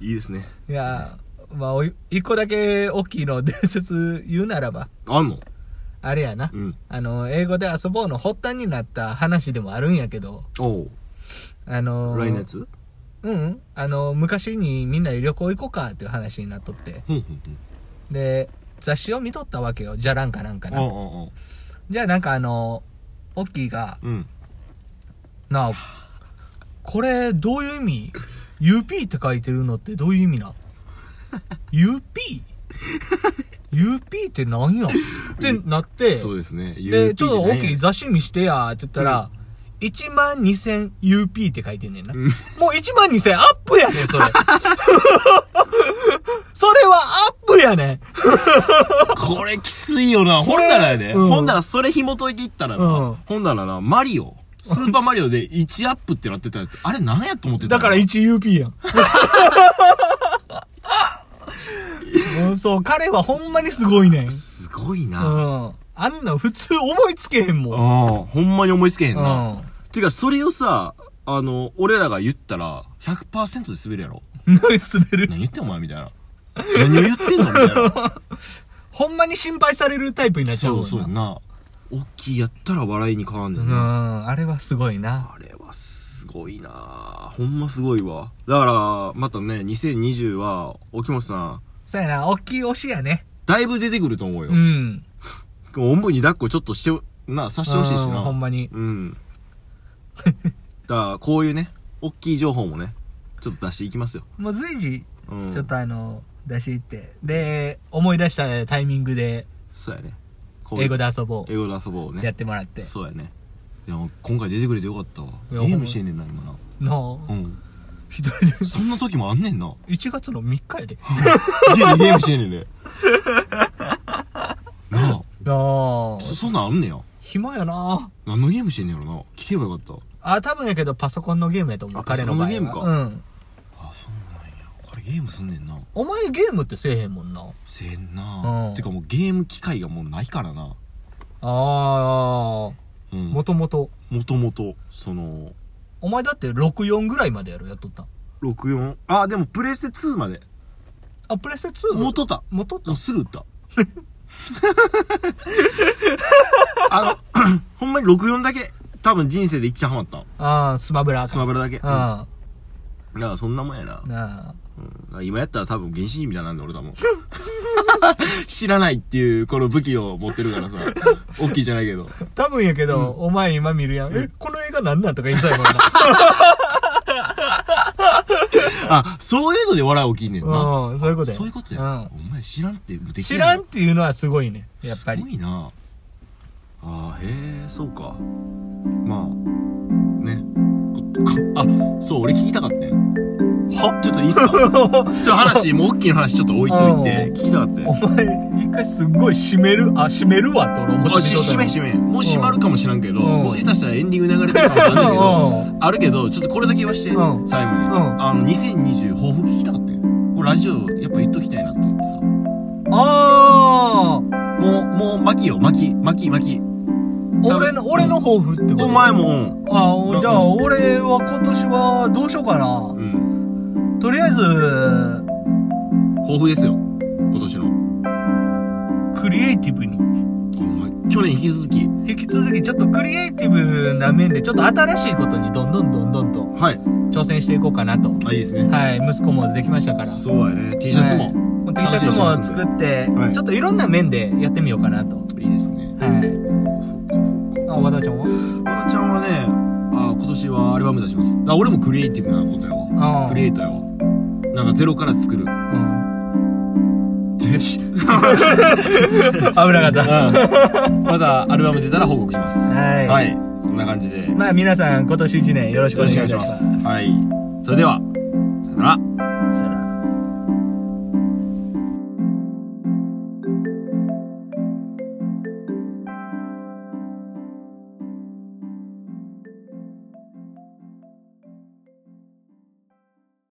S1: いいですね
S2: いや、まあ、おい一個だけ大きいの伝説言うならば、
S1: あんの
S2: あれやな。
S1: うん
S2: あの、英語で遊ぼうの発端になった話でもあるんやけど、
S1: おう
S2: あのー、
S1: 来年やつ
S2: うんうん。あの、昔にみんなで旅行行こうかっていう話になっとって。
S1: ふんふんふん
S2: で、雑誌を見とったわけよ。じゃらんかなんか
S1: あああ
S2: な。じゃあなんかあの、オッキーが、
S1: うん
S2: なあ、これどういう意味 ?UP って書いてるのってどういう意味な ?UP?UP ってなんやってなって、
S1: そうですね
S2: で、ちょっと大きい
S1: ぞ
S2: 雑誌見してや、って言ったら、1万 2000UP って書いてんねんな。もう1万2000アップやねん、それ。 それはアップやねん。
S1: これきついよな
S2: こ
S1: 本
S2: れ
S1: 棚やで
S2: うん
S1: 本棚それ紐解いていったら
S2: うん
S1: な本棚なマリオスーパーマリオで1アップってなってたやつあれ何やと思ってた
S2: だから 1UP やん。うんそう、彼はほんまにすごいねん。うん。
S1: すごいな
S2: あんなん普通思いつけへん
S1: う
S2: もん。
S1: んほんまに思いつけへんな
S2: うん。
S1: てかそれをさあの俺らが言ったら100%で滑るやろ
S2: 何滑る。
S1: 何言ってんお前みたいな何を言ってんのみたい な
S2: ほんまに心配されるタイプになっちゃう
S1: そ
S2: もん
S1: う
S2: な。
S1: そうやんな大きいやったら笑いに変わんね
S2: うん、
S1: なん
S2: あれはすごいな。
S1: あれはすごいなぁほんますごいわだからまたね2020は沖本さん
S2: そうやな、大きい推しやね。
S1: だいぶ出てくると思うよ、
S2: うん。
S1: おんぶに抱っこちょっとしてなさしてほしいし
S2: うん
S1: な
S2: ほんまに。
S1: うんだからこういうね大きい情報もねちょっと出していきますよ、
S2: もう随時、
S1: うん、
S2: ちょっとあの、出し入って。で、思い出したタイミングで、
S1: そうやねこういう
S2: 英語で遊ぼ
S1: 英語で遊ぼう
S2: う。やっ
S1: ね
S2: てもらって。
S1: そうやねいや今回出てくれてよかったわ
S2: い
S1: ゲ
S2: やほんま
S1: ームしてんねんな今な
S2: の
S1: う、ん
S2: 一人で、
S1: そんな時もあんねんな
S2: 1月の3日やで。
S1: 家でゲームしてんねんねなあ
S2: あ
S1: そそんなんあんねや
S2: 暇やな
S1: 何のゲームしてんねやろな聞けばよかった
S2: あ、多分やけどパソコンのゲームやと思う。
S1: あ
S2: 彼の場合は。
S1: パソコンのゲーム
S2: う
S1: か
S2: ん。
S1: あそうなんやこれゲームすんねんな
S2: お前ゲームってせえへんもんな。
S1: せえんな、
S2: うん
S1: てかもうゲーム機会がもうないからな
S2: あ
S1: うん
S2: あ、もともと。
S1: もともとその
S2: お前だって64ぐらいまでやろ、やっとったん。
S1: 64あでもプレステ2まで
S2: あ、プレステ 2?
S1: 持っとった
S2: 元っ
S1: もうすぐ売ったあの ほんまに64だけ多分人生で一番ハマった
S2: ああ、スマブラか。
S1: スマブラだけうん
S2: うん。な
S1: だからそんなもんやな、う
S2: あ。
S1: ん今やったら多分原始人みたいなんで俺多分 知らないっていうこの武器を持ってるからさ大きいじゃないけど
S2: 多分やけど、お前今見るやん。え、この映画なんなんとか言いそうや もんな。
S1: あそういうので笑い起きんねんな
S2: うん、そういうことや。
S1: そういうことや、
S2: うん。
S1: お前知らんってでき
S2: 知らんっていうのはすごいね、や
S1: や
S2: っぱ
S1: すご
S2: り。
S1: いなあーへえそうかまあねここあそう俺聞きたかったよはちょっといいっす かちょっと話もう大きい話ちょっと置いといて
S2: う
S1: 聞
S2: ん
S1: きたかったよ
S2: お前、一回すっごい締める、あ、締めるわって俺思って
S1: あし閉め
S2: め。
S1: 閉めもう閉まるかもしらんけど、
S2: うん
S1: もう下手したらエンディング流れてるかもしらんけど、
S2: う
S1: あるけどちょっとこれだけ言わして、
S2: うん
S1: 最後に、
S2: ん
S1: あの2020抱負聞きたかったよこれラジオやっぱ言っときたいなと思ってさ
S2: ん。ああ
S1: もう、もう、巻きよ、巻き、巻き、巻き。
S2: 俺の、俺の抱負ってこと
S1: お前も、
S2: あーじゃあ俺は今年はどうしようかな
S1: う。ん。
S2: とりあえず、
S1: 豊富ですよ。今年の。
S2: クリエイティブに。
S1: お前、去年引き続き。
S2: 引き続きちょっとクリエイティブな面でちょっと新しいことにどんどんどんどんと
S1: はい。
S2: 挑戦していこうかなと。
S1: あ、いいですね。
S2: はい、息子もできましたから。
S1: そうやね。T シャツ
S2: はい
S1: も。
S2: もう T シャツも作って、
S1: はい
S2: ちょっといろんな面でやってみようかなと。
S1: い、いですね。
S2: はい。
S1: そっかそっ
S2: あ、和田ちゃんは
S1: か。和田ちゃんはね、あ今年はアルバム出します。だから俺もクリエイティブなことやわ。
S2: あ
S1: クリエ
S2: イ
S1: イターやわ。なんかゼロから作る。
S2: うん。
S1: でし。
S2: 危なかった。
S1: まだアルバム出たら報告します。
S2: はい
S1: はい。こんな感じで。よ
S2: まあ皆さん今年一年よろしくお
S1: ろ
S2: 願い
S1: しく
S2: い
S1: お願
S2: た
S1: い
S2: し
S1: し
S2: ま。
S1: ますす。はい。それでは、さよなら。